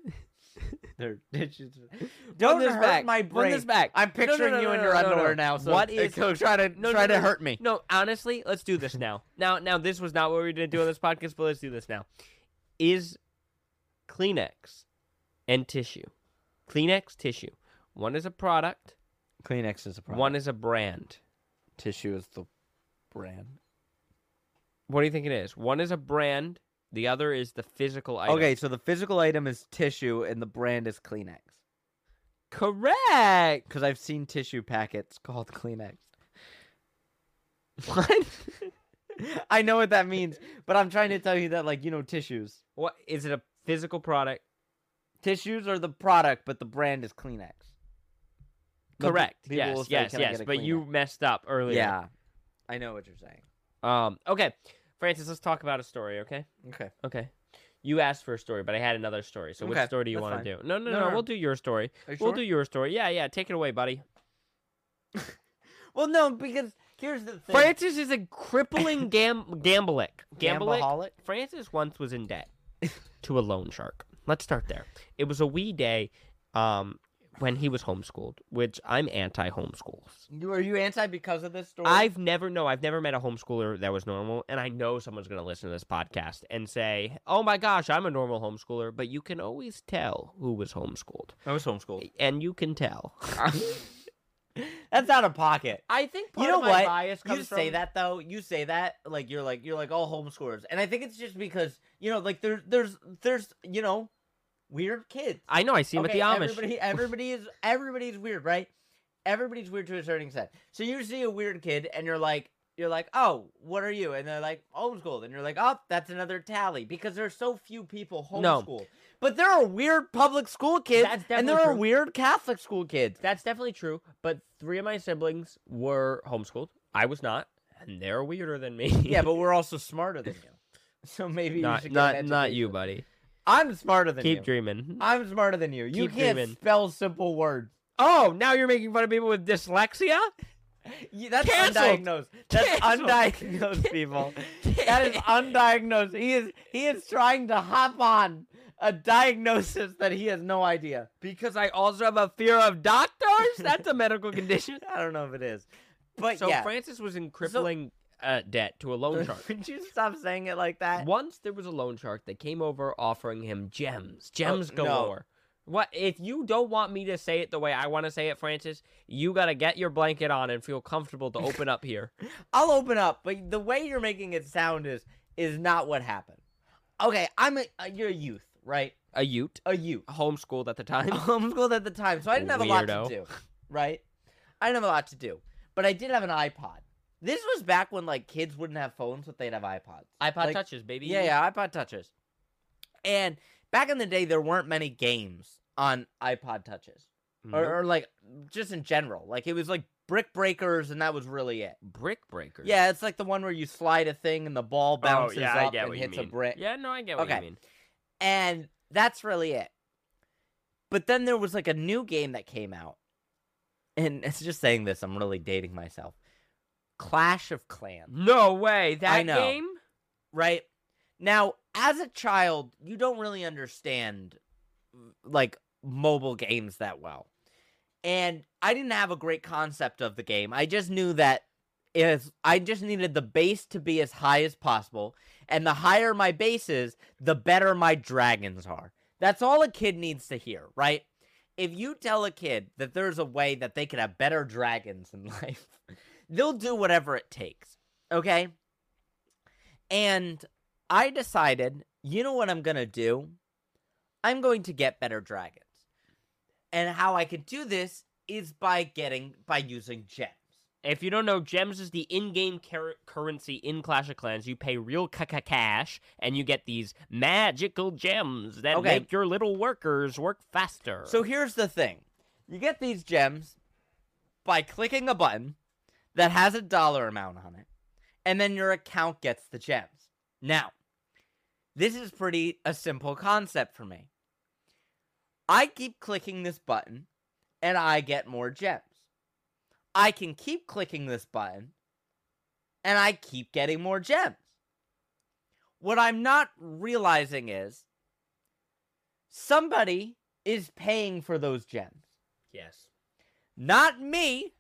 Speaker 2: They're tissues.
Speaker 4: Run
Speaker 2: Don't
Speaker 4: this
Speaker 2: hurt
Speaker 4: back.
Speaker 2: my
Speaker 4: Run
Speaker 2: brain.
Speaker 4: this back.
Speaker 2: I'm
Speaker 4: No, no,
Speaker 2: picturing
Speaker 4: no,
Speaker 2: you
Speaker 4: no,
Speaker 2: in
Speaker 4: no,
Speaker 2: your
Speaker 4: no, no.
Speaker 2: underwear now. So
Speaker 1: [LAUGHS]
Speaker 4: What
Speaker 2: it
Speaker 4: is-
Speaker 2: go try to
Speaker 1: No,
Speaker 2: try
Speaker 1: no, no.
Speaker 2: to hurt me?
Speaker 1: No, honestly, let's do this now. [LAUGHS] Now, now, this was not what we were gonna do on this podcast, but let's do this now. Is Kleenex and tissue, Kleenex tissue, one is a product,
Speaker 2: Kleenex is a
Speaker 1: one is a brand.
Speaker 2: tissue is the brand.
Speaker 1: What do you think it is? One is a brand, the other is the physical item.
Speaker 2: Okay, so the physical item is tissue and the brand is Kleenex.
Speaker 1: correct.
Speaker 2: Because I've seen tissue packets called Kleenex.
Speaker 1: [LAUGHS] What?
Speaker 2: [LAUGHS] I know what that means, but I'm trying to tell you that, like, you know, tissues.
Speaker 1: what is it? A physical product?
Speaker 2: Tissues are the product, but the brand is Kleenex. But pe-
Speaker 1: Correct.
Speaker 2: people will
Speaker 1: yes,
Speaker 2: say,
Speaker 1: yes,
Speaker 2: "Can I
Speaker 1: yes.
Speaker 2: get a
Speaker 1: But you
Speaker 2: Kleenex?"
Speaker 1: messed up earlier.
Speaker 2: Yeah. I know what you're saying.
Speaker 1: Um. Okay, Francis, let's talk about a story. Okay.
Speaker 2: Okay.
Speaker 1: Okay. You asked for a story, but I had another story. So which
Speaker 2: Okay,
Speaker 1: story do you
Speaker 2: that's
Speaker 1: want
Speaker 2: fine.
Speaker 1: to do? No, no,
Speaker 2: No,
Speaker 1: no,
Speaker 2: no.
Speaker 1: We'll do your story.
Speaker 2: Are you
Speaker 1: We'll
Speaker 2: sure?
Speaker 1: do your story. Yeah, yeah. Take it away, buddy.
Speaker 2: well, no, because here's the thing.
Speaker 1: Francis is a
Speaker 2: [LAUGHS]
Speaker 1: crippling gam gambolic. Gambolic.
Speaker 2: Gambaholic?
Speaker 1: Francis once was in debt [LAUGHS] to a loan shark. Let's start there. It was a wee day, um, when he was homeschooled, which I'm anti homeschools.
Speaker 2: You- Are you anti because of this story?
Speaker 1: I've never no, I've never met a homeschooler that was normal, and I know someone's gonna listen to this podcast and say, "Oh my gosh, I'm a normal homeschooler," but you can always tell who was homeschooled.
Speaker 2: I was homeschooled.
Speaker 1: and you can [LAUGHS] tell.
Speaker 2: [LAUGHS] That's out of pocket.
Speaker 1: I think
Speaker 2: you know what? you
Speaker 1: comes
Speaker 2: say
Speaker 1: from-
Speaker 2: that though. You say that like you're like you're like all homeschoolers, and I think it's just because you know like there's there's there's you know weird kids.
Speaker 1: I know. I see him
Speaker 2: Okay,
Speaker 1: at the Amish.
Speaker 2: Everybody, everybody is everybody's weird, right? Everybody's weird to a certain extent. So you see a weird kid, and you're like, you're like, oh, what are you? And they're like, homeschooled, and you're like, oh, that's another tally because there's so few people
Speaker 1: No.
Speaker 2: homeschooled. But there are weird public school kids,
Speaker 1: That's
Speaker 2: and
Speaker 1: definitely
Speaker 2: there are
Speaker 1: true.
Speaker 2: weird Catholic school kids.
Speaker 1: That's definitely true. But three of my siblings were homeschooled. I was not, and they're weirder than me. [LAUGHS]
Speaker 2: yeah, but we're also smarter than you. So maybe you
Speaker 1: not
Speaker 2: should get
Speaker 1: not
Speaker 2: an
Speaker 1: not you,
Speaker 2: education.
Speaker 1: buddy.
Speaker 2: I'm smarter than
Speaker 1: Keep
Speaker 2: you.
Speaker 1: dreaming.
Speaker 2: I'm smarter than you. You
Speaker 1: Keep
Speaker 2: can't
Speaker 1: dreaming.
Speaker 2: spell simple words.
Speaker 1: Oh, now you're making fun of people with [LAUGHS] dyslexia.
Speaker 2: You- that's
Speaker 1: Canceled.
Speaker 2: undiagnosed. That's
Speaker 1: Canceled. [LAUGHS]
Speaker 2: undiagnosed, people. that is undiagnosed. He is he is trying to hop on a diagnosis that he has no idea.
Speaker 1: because I also have a fear of doctors. That's a medical [LAUGHS] condition.
Speaker 2: I don't know if it is, but
Speaker 1: So
Speaker 2: yeah.
Speaker 1: Francis was in crippling uh, debt to a [LAUGHS] loan shark.
Speaker 2: [LAUGHS] Would you stop saying it like that?
Speaker 1: Once there was a loan shark that came over offering him gems, gems
Speaker 2: no.
Speaker 1: galore. What if you don't want me to say it the way I want to say it, Francis? You gotta get your blanket on and feel comfortable to open up [LAUGHS] here.
Speaker 2: I'll open up, but the way you're making it sound is is not what happened. Okay, I'm a, uh, you're a youth, right?
Speaker 4: a Ute,
Speaker 2: a you.
Speaker 4: homeschooled at the
Speaker 1: [LAUGHS]
Speaker 4: time.
Speaker 2: homeschooled at the [LAUGHS] time, so I didn't have a lot
Speaker 4: Weirdo.
Speaker 2: to do. Right? I didn't have a lot to do, but I did have an iPod. This was back when like kids wouldn't have phones, but they'd have iPods.
Speaker 1: iPod
Speaker 2: Like,
Speaker 1: touches, baby.
Speaker 2: Yeah, yeah, iPod touches. And back in the day, there weren't many games on iPod touches,
Speaker 1: Mm-hmm.
Speaker 4: Nope.
Speaker 2: or, or like just in general. Like it was like Brick Breakers, and that was really it.
Speaker 4: Brick breakers.
Speaker 2: Yeah, it's like the one where you slide a thing and the ball
Speaker 1: Oh,
Speaker 2: bounces
Speaker 1: yeah, I
Speaker 2: up
Speaker 1: get
Speaker 2: and
Speaker 1: what you
Speaker 2: hits
Speaker 1: mean.
Speaker 2: a brick
Speaker 1: Yeah, no, I get what you
Speaker 2: Okay.
Speaker 1: mean.
Speaker 2: and that's really it. But then there was like a new game that came out, and [LAUGHS] it's just saying this. I'm really dating myself. Clash of Clans,
Speaker 1: No way. That
Speaker 2: know.
Speaker 1: game?
Speaker 2: right? Now, as a child, you don't really understand like mobile games that well, and I didn't have a great concept of the game. I just knew that is I just needed the base to be as high as possible, and the higher my base is, the better my dragons are. That's all a kid needs to hear, right? If you tell a kid that there's a way that they can have better dragons in [LAUGHS] life, they'll do whatever it takes, okay? And I decided, you know what I'm going to do? I'm going to get better dragons. And how I can do this is by getting by using gems.
Speaker 1: If you don't know, gems is the in-game car- currency in Clash of Clans. You pay real ca- ca- cash, and you get these magical gems that
Speaker 2: Okay.
Speaker 1: make your little workers work faster.
Speaker 2: So here's the thing. You get these gems by clicking a button that has a dollar amount on it, and then your account gets the gems. Now, this is pretty a simple concept for me. I keep clicking this button and I get more gems. I can keep clicking this button and I keep getting more gems. What I'm not realizing is somebody is paying for those gems.
Speaker 1: yes,
Speaker 2: Not me,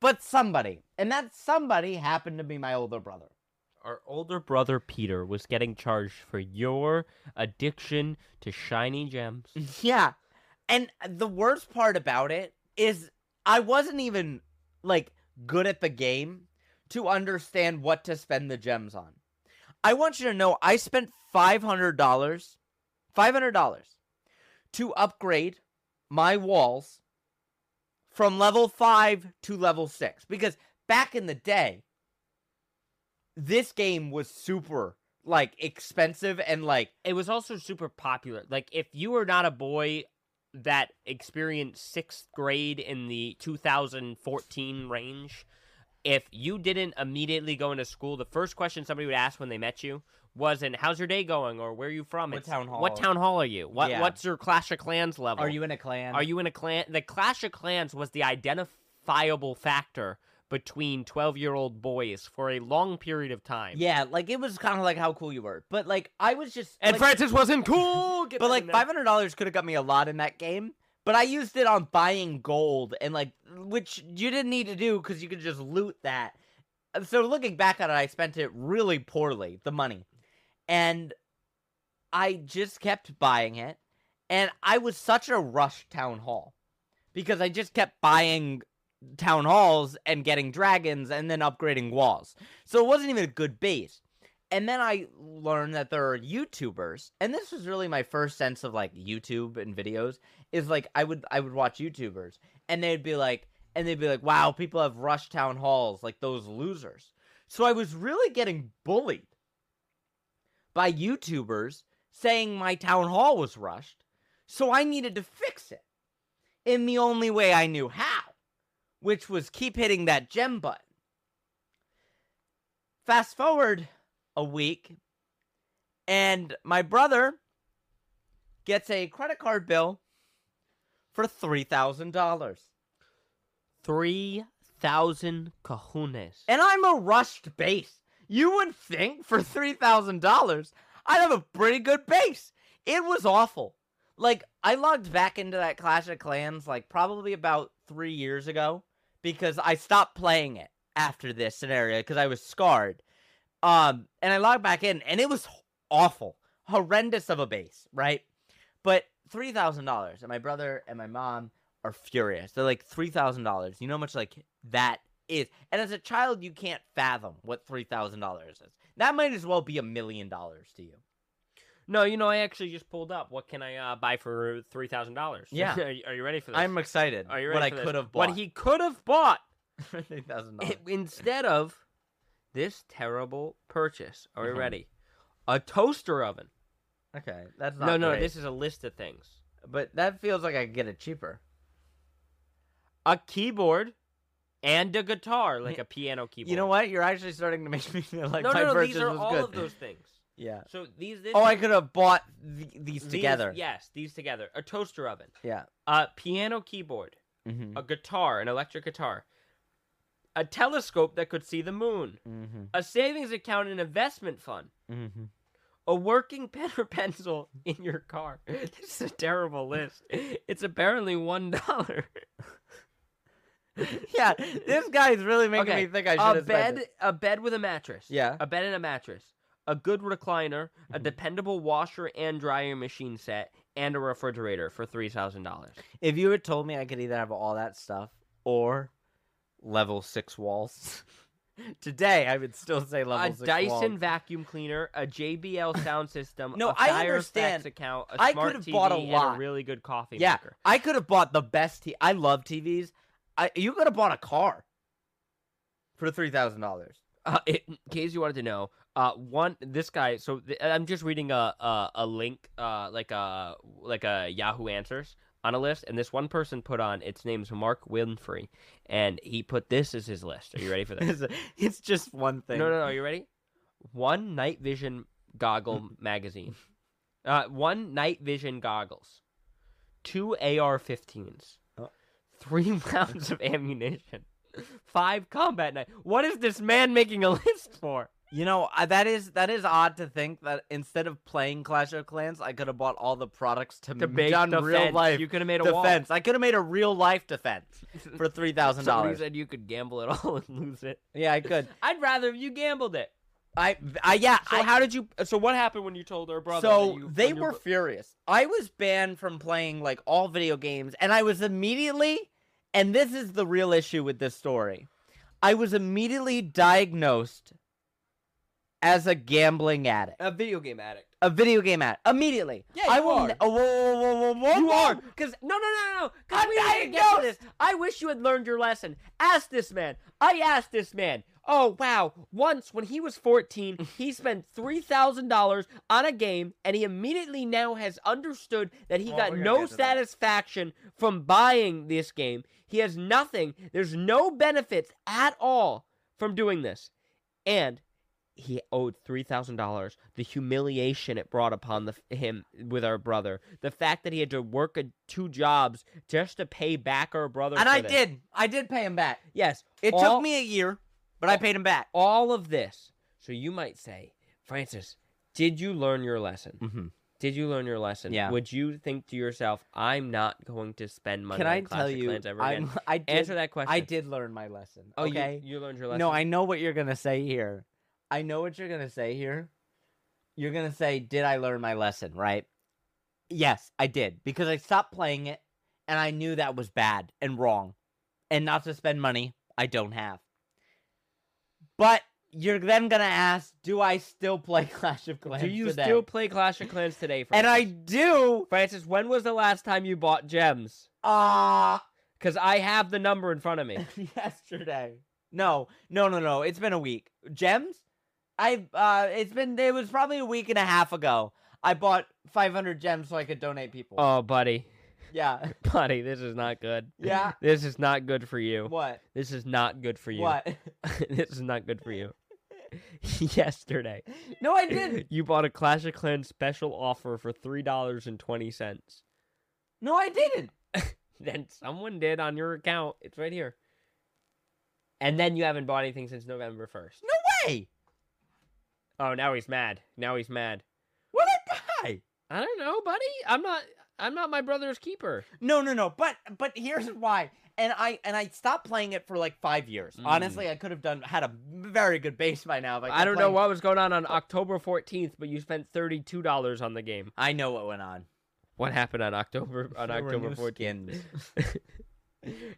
Speaker 2: but somebody. And that somebody happened to be my older brother.
Speaker 1: our older brother Peter was getting charged for your addiction to shiny gems.
Speaker 2: [LAUGHS] yeah. And the worst part about it is I wasn't even like good at the game to understand what to spend the gems on. I want you to know I spent $500 $500 to upgrade my walls from level 5 to level 6 because back in the day this game was super like expensive and like
Speaker 1: it was also super popular. Like if you were not a boy that experienced sixth grade in the 2014 range, if you didn't immediately go into school, the first question somebody would ask when they met you was, "And how's your day going?" or "Where are you from?"
Speaker 2: What
Speaker 1: It's,
Speaker 2: town hall
Speaker 1: What
Speaker 2: are-
Speaker 1: town hall are you? What
Speaker 2: Yeah.
Speaker 1: What's your Clash of Clans level?
Speaker 2: are you in a clan
Speaker 1: Are you in a clan? The Clash of Clans was the identifiable factor between 12-year-old boys for a long period of time.
Speaker 2: Yeah, like it was kind of like how cool you were, but like I was just
Speaker 1: And
Speaker 2: like,
Speaker 1: Francis wasn't cool. Get
Speaker 2: but
Speaker 1: that
Speaker 2: like
Speaker 1: in there.
Speaker 2: five hundred dollars could have got me a lot in that game, but I used it on buying gold and like which you didn't need to do because you could just loot that. Uh, So looking back on it, I spent it really poorly, the money, and I just kept buying it, and I was such a rush town hall because I just kept buying town halls and getting dragons and then upgrading walls. So it wasn't even a good base. And then I learned that there are YouTubers, and this was really my first sense of like YouTube and videos. Is like I would I would watch YouTubers, and they'd be like, and they'd be like, "Wow, people have rush town halls like those losers." So I was really getting bullied by YouTubers saying my town hall was rushed, so I needed to fix it in the only way I knew how, which was keep hitting that gem button. Fast forward a week, and my brother gets a credit card bill for $3,000.
Speaker 1: three thousand kahunas.
Speaker 2: And I'm a rushed base. You would think for $3,000, I'd have a pretty good base. It was awful. Like, I logged back into that Clash of Clans, like, probably about three years ago because I stopped playing it after this scenario because I was scarred. Um, and I logged back in, and it was awful, horrendous of a base, right? But $3,000, and my brother and my mom are furious. They're like, $3,000. You know how much, like, that is. And as a child, you can't fathom what $3,000 is. That might as well be a million dollars to you.
Speaker 1: No, you know, I actually just pulled up. What can I uh, buy for three thousand dollars?
Speaker 2: Yeah.
Speaker 1: [LAUGHS] are, you- are you ready for this?
Speaker 2: I'm excited.
Speaker 1: Are you ready
Speaker 2: what I
Speaker 1: for this?
Speaker 2: could have bought.
Speaker 1: What
Speaker 2: [LAUGHS]
Speaker 1: he could have bought
Speaker 2: three thousand dollars.
Speaker 1: it- instead of this terrible purchase. Are you
Speaker 2: Mhm.
Speaker 1: ready? A toaster oven.
Speaker 2: Okay, that's not.
Speaker 1: No, no,
Speaker 2: great.
Speaker 1: this is a list of things.
Speaker 2: But that feels like I could get it cheaper.
Speaker 1: A keyboard and a guitar, like a piano keyboard.
Speaker 2: You know what? You're actually starting to make [LAUGHS] me feel like
Speaker 1: no,
Speaker 2: my
Speaker 1: no, no.
Speaker 2: purchase
Speaker 1: These are
Speaker 2: was
Speaker 1: all
Speaker 2: good.
Speaker 1: of those things.
Speaker 2: [LAUGHS] Yeah.
Speaker 1: So these. This
Speaker 2: Oh,
Speaker 1: is-
Speaker 2: I could have bought th- these
Speaker 1: these-
Speaker 2: together.
Speaker 1: yes, these together. A toaster oven.
Speaker 2: Yeah.
Speaker 1: A piano keyboard.
Speaker 2: Mm-hmm.
Speaker 1: a guitar, an electric guitar, a telescope that could see the moon,
Speaker 2: Mm-hmm.
Speaker 1: a savings account and investment fund,
Speaker 2: Mm-hmm. [LAUGHS]
Speaker 1: a working [LAUGHS] pen or pencil in your car. [LAUGHS] This is a terrible list. It's apparently one dollar.
Speaker 2: Yeah, this guy's really making
Speaker 1: Okay,
Speaker 2: me think I should
Speaker 1: A
Speaker 2: have spent
Speaker 1: bed,
Speaker 2: it.
Speaker 1: a bed with a mattress.
Speaker 2: Yeah.
Speaker 1: a bed and a mattress. A good recliner, a
Speaker 2: Mhm.
Speaker 1: dependable washer and dryer machine set, and a refrigerator for three thousand dollars.
Speaker 2: If you had told me I could either have all that stuff or level six walls, [LAUGHS] today I would still say level
Speaker 1: a
Speaker 2: six
Speaker 1: Dyson
Speaker 2: walls.
Speaker 1: vacuum cleaner, a JBL sound system,
Speaker 2: No,
Speaker 1: a
Speaker 2: I
Speaker 1: Firefax
Speaker 2: understand.
Speaker 1: account, a
Speaker 2: I
Speaker 1: smart
Speaker 2: could've
Speaker 1: TV,
Speaker 2: bought a
Speaker 1: and
Speaker 2: lot.
Speaker 1: a really good coffee
Speaker 2: Yeah,
Speaker 1: maker.
Speaker 2: I could have bought the best. T- I love TVs. I you could have bought a car for three thousand dollars. [LAUGHS]
Speaker 1: Uh, it, in case you wanted to know, uh, one this guy. So th- I'm just reading a a, a link, uh, like a like a Yahoo Answers on a list, and this one person put on. Its name's Mark Winfrey, and he put this as his list. Are you ready for
Speaker 2: [LAUGHS]
Speaker 1: this?
Speaker 2: It's, it's just one
Speaker 1: no,
Speaker 2: thing.
Speaker 1: no, no. Are you ready? One night vision [LAUGHS] goggle magazine. Uh, one night vision goggles. Two AR-15s.
Speaker 2: Oh.
Speaker 1: Three [LAUGHS] rounds of ammunition. Five combat knife. What is this man making a list for?
Speaker 2: You know I, that is that is odd to think that instead of playing Clash of Clans, I could have bought all the products to,
Speaker 1: To
Speaker 2: m-
Speaker 1: make
Speaker 2: done
Speaker 1: defense.
Speaker 2: real life
Speaker 1: You could have made a
Speaker 2: defense. I could have made a real life defense
Speaker 1: wall.
Speaker 2: for three
Speaker 1: [LAUGHS]
Speaker 2: thousand
Speaker 1: Somebody
Speaker 2: dollars.
Speaker 1: said you could gamble it [LAUGHS] all and lose it.
Speaker 2: Yeah, I could.
Speaker 1: I'd rather you gambled it.
Speaker 2: I, I yeah.
Speaker 1: [LAUGHS] So
Speaker 2: I,
Speaker 1: how did you? So what happened when you told her brother?
Speaker 2: so
Speaker 1: that you-
Speaker 2: they
Speaker 1: when your
Speaker 2: were
Speaker 1: bro-
Speaker 2: furious. I was banned from playing like all video games, and I was immediately, and this is the real issue with this story, I was immediately diagnosed as a gambling addict,
Speaker 4: A video game addict.
Speaker 2: a video game addict. Immediately,
Speaker 4: Yeah,
Speaker 2: I
Speaker 4: you
Speaker 2: will.
Speaker 4: are.
Speaker 2: ne- oh, whoa, whoa, whoa, whoa, whoa,
Speaker 1: You
Speaker 2: whoa.
Speaker 1: are because no, no, no, no, no. Because we didn't get to this. I wish you had learned your lesson. Ask this man. I asked this man. Oh wow! Once when he was fourteen,
Speaker 2: [LAUGHS]
Speaker 1: he spent three thousand dollars on a game, and he immediately now has understood that he
Speaker 2: Well,
Speaker 1: got
Speaker 2: Oh, we're gonna
Speaker 1: no
Speaker 2: get to that.
Speaker 1: satisfaction from buying this game. He has nothing. There's no benefits at all from doing this, and he owed three thousand dollars. The humiliation it brought upon the, him with our brother, the fact that he had to work a, two jobs just to pay back our brother.
Speaker 2: And
Speaker 1: for
Speaker 2: I
Speaker 1: this.
Speaker 2: did. I did pay him back.
Speaker 1: Yes,
Speaker 2: It
Speaker 1: all-
Speaker 2: took me a year, but I paid him back.
Speaker 1: all of this. So you might say, Francis, did you learn your lesson?
Speaker 2: Mm-hmm.
Speaker 1: Did you learn your lesson?
Speaker 2: Yeah.
Speaker 1: Would you think to yourself, I'm not going to spend money?
Speaker 2: Can
Speaker 1: on
Speaker 2: I
Speaker 1: Clash
Speaker 2: tell
Speaker 1: of
Speaker 2: you?
Speaker 1: Clans ever
Speaker 2: [LAUGHS]
Speaker 1: again?
Speaker 2: I'm, I did,
Speaker 1: Answer that question.
Speaker 2: I did learn my lesson.
Speaker 1: Oh, you-
Speaker 2: okay.
Speaker 1: you, learned your lesson.
Speaker 2: No, I know what you're gonna say here. I know what you're gonna say here. You're gonna say, "Did I learn my lesson?" Right? Yes, I did because I stopped playing it, and I knew that was bad and wrong, and not to spend money I don't have. But you're then gonna ask, "Do I still play [LAUGHS] Clash of Clans?"
Speaker 1: Do you
Speaker 2: today?"
Speaker 1: still play Clash of Clans today? Francis?
Speaker 2: And I do.
Speaker 1: Francis, when was the last time you bought gems?
Speaker 2: Ah,
Speaker 1: Because I have the number in front of
Speaker 2: [LAUGHS]
Speaker 1: me.
Speaker 2: yesterday. No, no, no, no. It's been a week. Gems? I uh it's been it was probably a week and a half ago. I bought 500 gems so I could donate people.
Speaker 1: oh, buddy, [LAUGHS]
Speaker 2: yeah. [LAUGHS]
Speaker 1: buddy, this is not good.
Speaker 2: Yeah.
Speaker 1: [LAUGHS] this is not good for you.
Speaker 2: What?
Speaker 1: This is not good for you.
Speaker 2: What?
Speaker 1: [LAUGHS]
Speaker 2: [LAUGHS]
Speaker 1: this is not good for you. [LAUGHS] Yesterday,
Speaker 2: No,
Speaker 1: [LAUGHS]
Speaker 2: I didn't.
Speaker 1: you bought a Clash of Clans special offer for three dollars and twenty cents. [LAUGHS]
Speaker 2: No, I didn't.
Speaker 1: Then someone did on your account. It's right here. And then you haven't bought anything since November first.
Speaker 2: Hey,
Speaker 1: Oh, now he's mad. Now he's mad.
Speaker 2: what a guy.
Speaker 1: I don't know, buddy. I'm not. I'm not my brother's keeper.
Speaker 2: No, no, no. But but here's why. And I and I stopped playing it for like 5 years.
Speaker 1: Mm.
Speaker 2: Honestly, I could have done had a very good base by now if I
Speaker 1: I
Speaker 2: kept
Speaker 1: don't know
Speaker 2: playing.
Speaker 1: what was going on on October 14th, but you spent thirty-two dollars on the game.
Speaker 2: I know what went on.
Speaker 1: What happened on
Speaker 2: [LAUGHS]
Speaker 1: October on
Speaker 2: There were
Speaker 1: October
Speaker 2: new
Speaker 1: 14th?
Speaker 2: skins.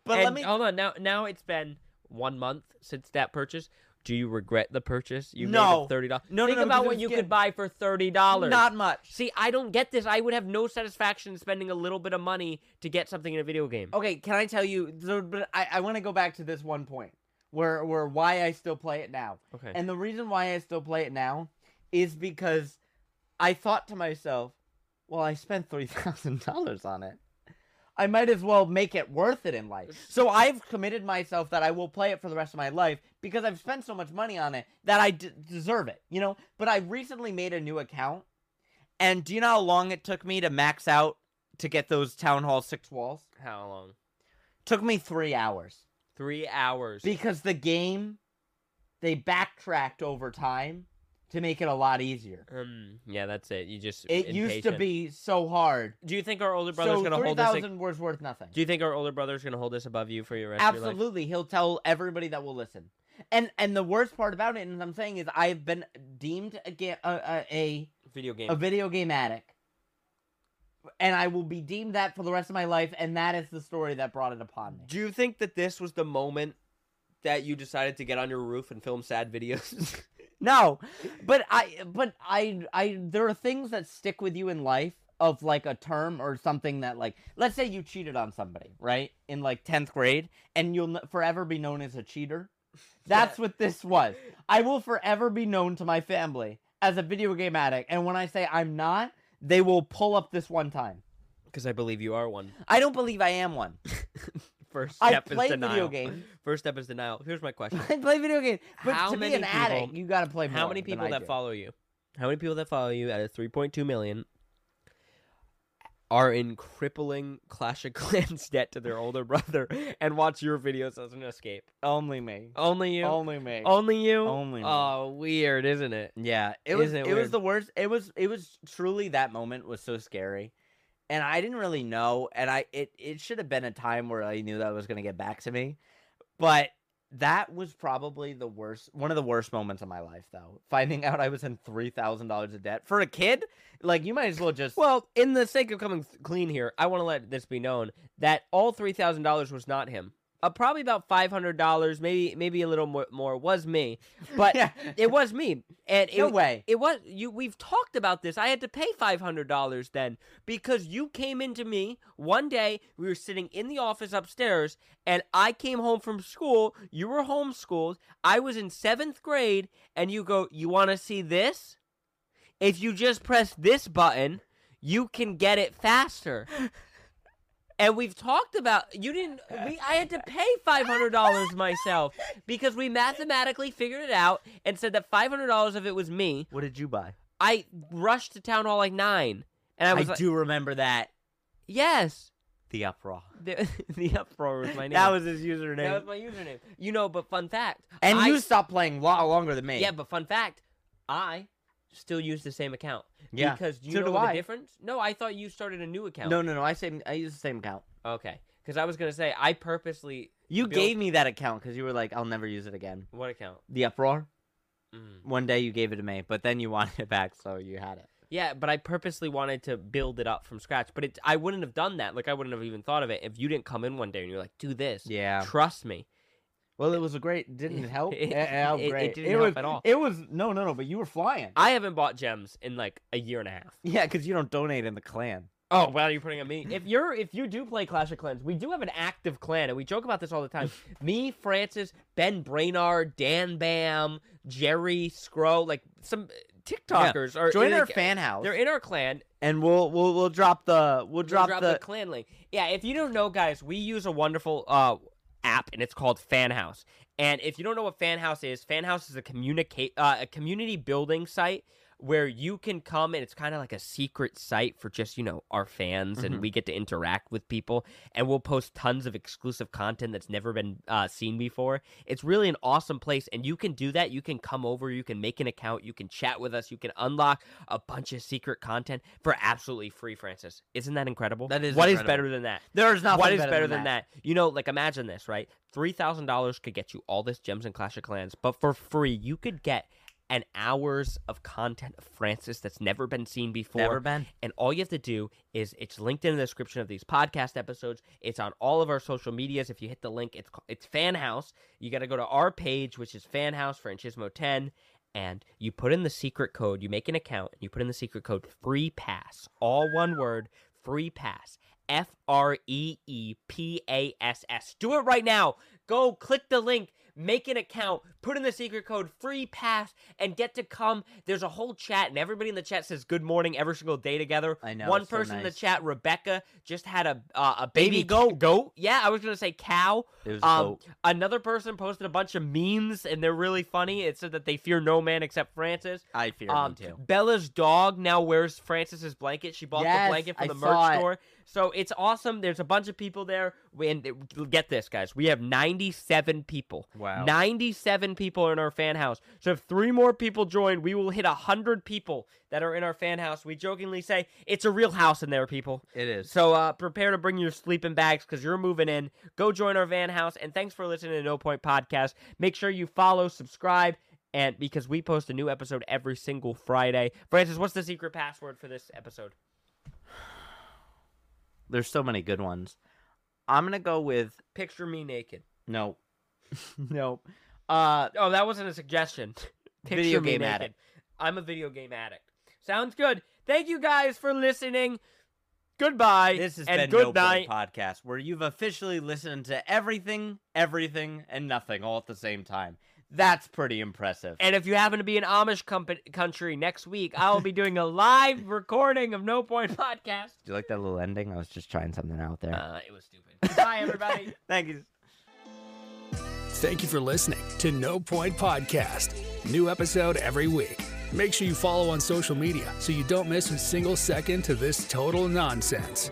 Speaker 1: but
Speaker 2: [LAUGHS] let me-
Speaker 1: hold on. Now, now it's been one month since that purchase. Do you regret the purchase? You made
Speaker 5: No.
Speaker 1: of thirty dollars.
Speaker 2: No, no,
Speaker 5: Think
Speaker 2: no, because
Speaker 5: about
Speaker 2: it
Speaker 5: what
Speaker 2: was
Speaker 5: you
Speaker 2: get-
Speaker 5: could buy for thirty dollars.
Speaker 2: Not much.
Speaker 5: See, I don't get this. I would have no satisfaction in spending a little bit of money to get something in a video game.
Speaker 2: Okay, can I tell you? there- But I, I want to go back to this one point where where why I still play it now,
Speaker 1: Okay.
Speaker 2: and the reason why I still play it now is because I thought to myself, well, I spent three thousand dollars on it. I might as well make it worth it in life. So I've committed myself that I will play it for the rest of my life because I've spent so much money on it that I d- deserve it, you know? But I recently made a new account. And do you know how long it took me to max out to get those Town Hall 6 walls?
Speaker 1: How long?
Speaker 2: Took me three hours
Speaker 1: Three hours.
Speaker 2: because the game they backtracked over time to make it a lot easier.
Speaker 1: um. Yeah, that's it. You just.
Speaker 2: It used to
Speaker 1: impatient.
Speaker 2: be so hard.
Speaker 1: Do you think our older brother's
Speaker 2: So
Speaker 1: gonna
Speaker 2: three
Speaker 1: hold this?
Speaker 2: thousand was worth nothing.
Speaker 1: Do you think our older brother's gonna hold this above you for your rest of your life?
Speaker 2: Absolutely, he'll tell everybody that will listen. And and the worst part about it, and I'm saying is I've been deemed a ga- a a,
Speaker 1: Video game.
Speaker 2: a, a video game addict, and I will be deemed that for the rest of my life. And that is the story that brought it upon me.
Speaker 1: Do you think that this was the moment that you decided to get on your roof and film sad videos? [LAUGHS]
Speaker 2: No, but I, but I, I, there are things that stick with you in life of like a term or something that like, let's say you cheated on somebody, right? In like 10th grade and you'll n- forever be known as a cheater. That's what this was. I will forever be known to my family as a video game addict. And when I say I'm not, they will pull up this one time.
Speaker 1: Because I believe you are one.
Speaker 2: I don't believe I
Speaker 1: [LAUGHS]
Speaker 2: am one.
Speaker 1: First
Speaker 2: I
Speaker 1: step
Speaker 2: play
Speaker 1: is
Speaker 2: video
Speaker 1: denial.
Speaker 2: games. [LAUGHS]
Speaker 1: First step is denial. Here's my [LAUGHS] question:
Speaker 2: I play video games, but
Speaker 1: How
Speaker 2: to
Speaker 1: many
Speaker 2: be an
Speaker 1: people-
Speaker 2: addict, you gotta play.
Speaker 1: How
Speaker 2: more
Speaker 1: many
Speaker 2: than
Speaker 1: people
Speaker 2: I
Speaker 1: that
Speaker 2: do.
Speaker 1: follow you? How many people that follow you at a 3.2 million are in crippling Clash of [LAUGHS] Clans debt to their older brother and watch your videos as an escape?
Speaker 2: Only me.
Speaker 1: Only you.
Speaker 2: Only me.
Speaker 1: Only you.
Speaker 2: Only me.
Speaker 1: Oh, weird, isn't it?
Speaker 2: Yeah, it was.
Speaker 1: Isn't
Speaker 2: It,
Speaker 1: it
Speaker 2: was
Speaker 1: weird?
Speaker 2: the worst. It was. It was truly that moment was so scary, and I didn't really know. And I it it should have been a time where I knew that was going to get back to me, but that was probably the worst. One of the worst moments of my life, though. Finding out I was in three thousand dollars of debt for a kid, like you might as well just.
Speaker 1: Well, in the sake of coming th- clean here, I want to let this be known that all three thousand dollars was not him. Uh, probably about five hundred dollars, maybe maybe a little more, more was me,
Speaker 2: [LAUGHS]
Speaker 1: but
Speaker 2: [LAUGHS] yeah,
Speaker 1: it was me, and it,
Speaker 2: no way.
Speaker 1: it was you. We've talked about this. I had to pay five hundred dollars then because you came into me one day. We were sitting in the office upstairs, and I came home from school. You were homeschooled. I was in seventh grade, and you go, "You want to see this? If you just press this button, you can get it faster." And we've talked about you didn't. We I had to pay five hundred dollars myself because we mathematically figured it out and said that five hundred dollars of it was me.
Speaker 2: What did you buy?
Speaker 1: I rushed to town hall like nine, and I
Speaker 2: I,
Speaker 1: was like,
Speaker 2: do remember that
Speaker 1: "Yes,
Speaker 2: the uproar.
Speaker 1: the, [LAUGHS] the uproar
Speaker 2: [LAUGHS]
Speaker 1: was my name."
Speaker 2: That was his
Speaker 1: That was
Speaker 2: username.
Speaker 1: my username. You know, but fun fact,
Speaker 2: and
Speaker 1: I-
Speaker 2: you stopped playing a lot longer than me.
Speaker 1: yeah, but fun fact, I still use the same account.
Speaker 2: Yeah.
Speaker 1: because you
Speaker 2: So
Speaker 1: know
Speaker 2: do
Speaker 1: the
Speaker 2: I.
Speaker 1: difference. No, I thought you started a new account.
Speaker 2: No, no, no. I same. I use the same account.
Speaker 1: okay, because I was gonna say I purposely
Speaker 2: You
Speaker 1: built-
Speaker 2: gave me that account because you were like, I'll never use it again.
Speaker 1: what account?
Speaker 2: The uproar.
Speaker 1: Mm.
Speaker 2: One day you gave it to me, but then you [LAUGHS] wanted it back, so you had it.
Speaker 1: Yeah, but I purposely wanted to build it up from scratch. But it, I wouldn't have done that. Like I wouldn't have even thought of it if you didn't come in one day and you're like, "Do this."
Speaker 2: Yeah.
Speaker 1: Trust me.
Speaker 2: Well, it was a great. [LAUGHS] Didn't it help?
Speaker 1: It-
Speaker 2: Eh, eh, how
Speaker 1: it- it
Speaker 2: great.
Speaker 1: didn't help
Speaker 2: was,
Speaker 1: at all.
Speaker 2: It was no, no, no. But you were flying.
Speaker 1: I haven't bought gems in like a year and a half.
Speaker 2: yeah, because you don't donate in the clan.
Speaker 1: Oh wow, you're putting on me. If you're if you do play Clash of Clans, we do have an active clan, and we joke about this all the [LAUGHS] time. me, Francis, Ben Brainard, Dan Bam, Jerry Scrow, like some TikTokers are
Speaker 2: Join
Speaker 1: in
Speaker 2: our
Speaker 1: the-
Speaker 2: fan house,
Speaker 1: They're in our clan.
Speaker 2: and we'll we'll we'll drop the we'll
Speaker 1: Drop,
Speaker 2: drop,
Speaker 1: the, clan link. Yeah, if you don't know, guys, we use a wonderful uh app, and it's called Fan House. And if you don't know what Fan House is, Fan House is a communicate uh, a community building site where you can come and it's kind of like a secret site for just you know our fans
Speaker 2: Mhm.
Speaker 1: and we get to interact with people and we'll post tons of exclusive content that's never been uh, seen before it's really an awesome place and you can do that you can come over you can make an account you can chat with us you can unlock a bunch of secret content for absolutely free francis isn't that incredible
Speaker 2: That is
Speaker 1: what is
Speaker 2: incredible.
Speaker 1: better than that
Speaker 2: There's nothing.
Speaker 1: what is better, than that? You know, like imagine this, right? Three thousand dollars could get you all this gems and Clash of Clans, but for free you could get and hours of content of Francis that's never been seen before.
Speaker 2: Never been.
Speaker 1: And all you have to do is it's linked in the description of these podcast episodes. It's on all of our social medias. If you hit the link, it's ca- it's Fan House. You got to go to our page, which is Fan House Franchismo 10, and you put in the secret code. You make an account and you put in the secret code free pass, all one word, free pass. F R E E P A S S. Do it right now. Go click the link, make an account, put in the secret code free pass, and get to come. There's a whole chat, and everybody in the chat says good morning every single day together.
Speaker 2: I know,
Speaker 1: One
Speaker 2: it's so
Speaker 1: person in the
Speaker 2: nice.
Speaker 1: chat, Rebecca, just had a uh, a baby,
Speaker 2: Baby
Speaker 1: goat. Goat? Yeah, I was gonna say cow.
Speaker 2: It was
Speaker 1: Um,
Speaker 2: dope.
Speaker 1: Another person posted a bunch of memes, and they're really funny. It said that they fear no man except Francis.
Speaker 2: I fear
Speaker 1: Um, Bella's dog now wears Francis's blanket. She bought
Speaker 2: Yes,
Speaker 1: the blanket from
Speaker 2: I
Speaker 1: the
Speaker 2: saw
Speaker 1: merch
Speaker 2: it.
Speaker 1: store. So it's awesome. There's a bunch of people there. We- And it- get this, guys. We have 97 people.
Speaker 2: Wow.
Speaker 1: 97 people in our fan house. So if three more people join, we will hit 100 people that are in our fan house. We jokingly say it's a real house in there, people.
Speaker 2: It is.
Speaker 1: So uh, prepare to bring your sleeping bags because you're moving in. Go join our van house, and thanks for listening to No Point Podcast. Make sure you follow, subscribe, and because we post a new episode every single Friday. Francis, what's the secret password for this episode?
Speaker 2: There's so many good ones. I'm gonna go with
Speaker 1: Picture me naked.
Speaker 2: no, [LAUGHS] no. Uh,
Speaker 1: Oh, that wasn't a suggestion. [LAUGHS] Picture
Speaker 2: Video
Speaker 1: me
Speaker 2: game
Speaker 1: naked.
Speaker 2: addict.
Speaker 1: I'm a video game addict. Sounds good. Thank you guys for listening. Goodbye.
Speaker 2: this has
Speaker 1: and
Speaker 2: been
Speaker 1: good
Speaker 2: No
Speaker 1: night.
Speaker 2: Point Podcast, where you've officially listened to everything, everything, and nothing all at the same time. That's pretty impressive.
Speaker 1: And if you happen to be in Amish compa- country next week, I will be doing a live recording of No Point Podcast.
Speaker 2: Do you like that little ending? I was just trying something out there.
Speaker 1: Uh, it was stupid. Bye, everybody.
Speaker 2: Thank you.
Speaker 6: Thank you for listening to No Point Podcast. New episode every week. Make sure you follow on social media so you don't miss a single second to this total nonsense.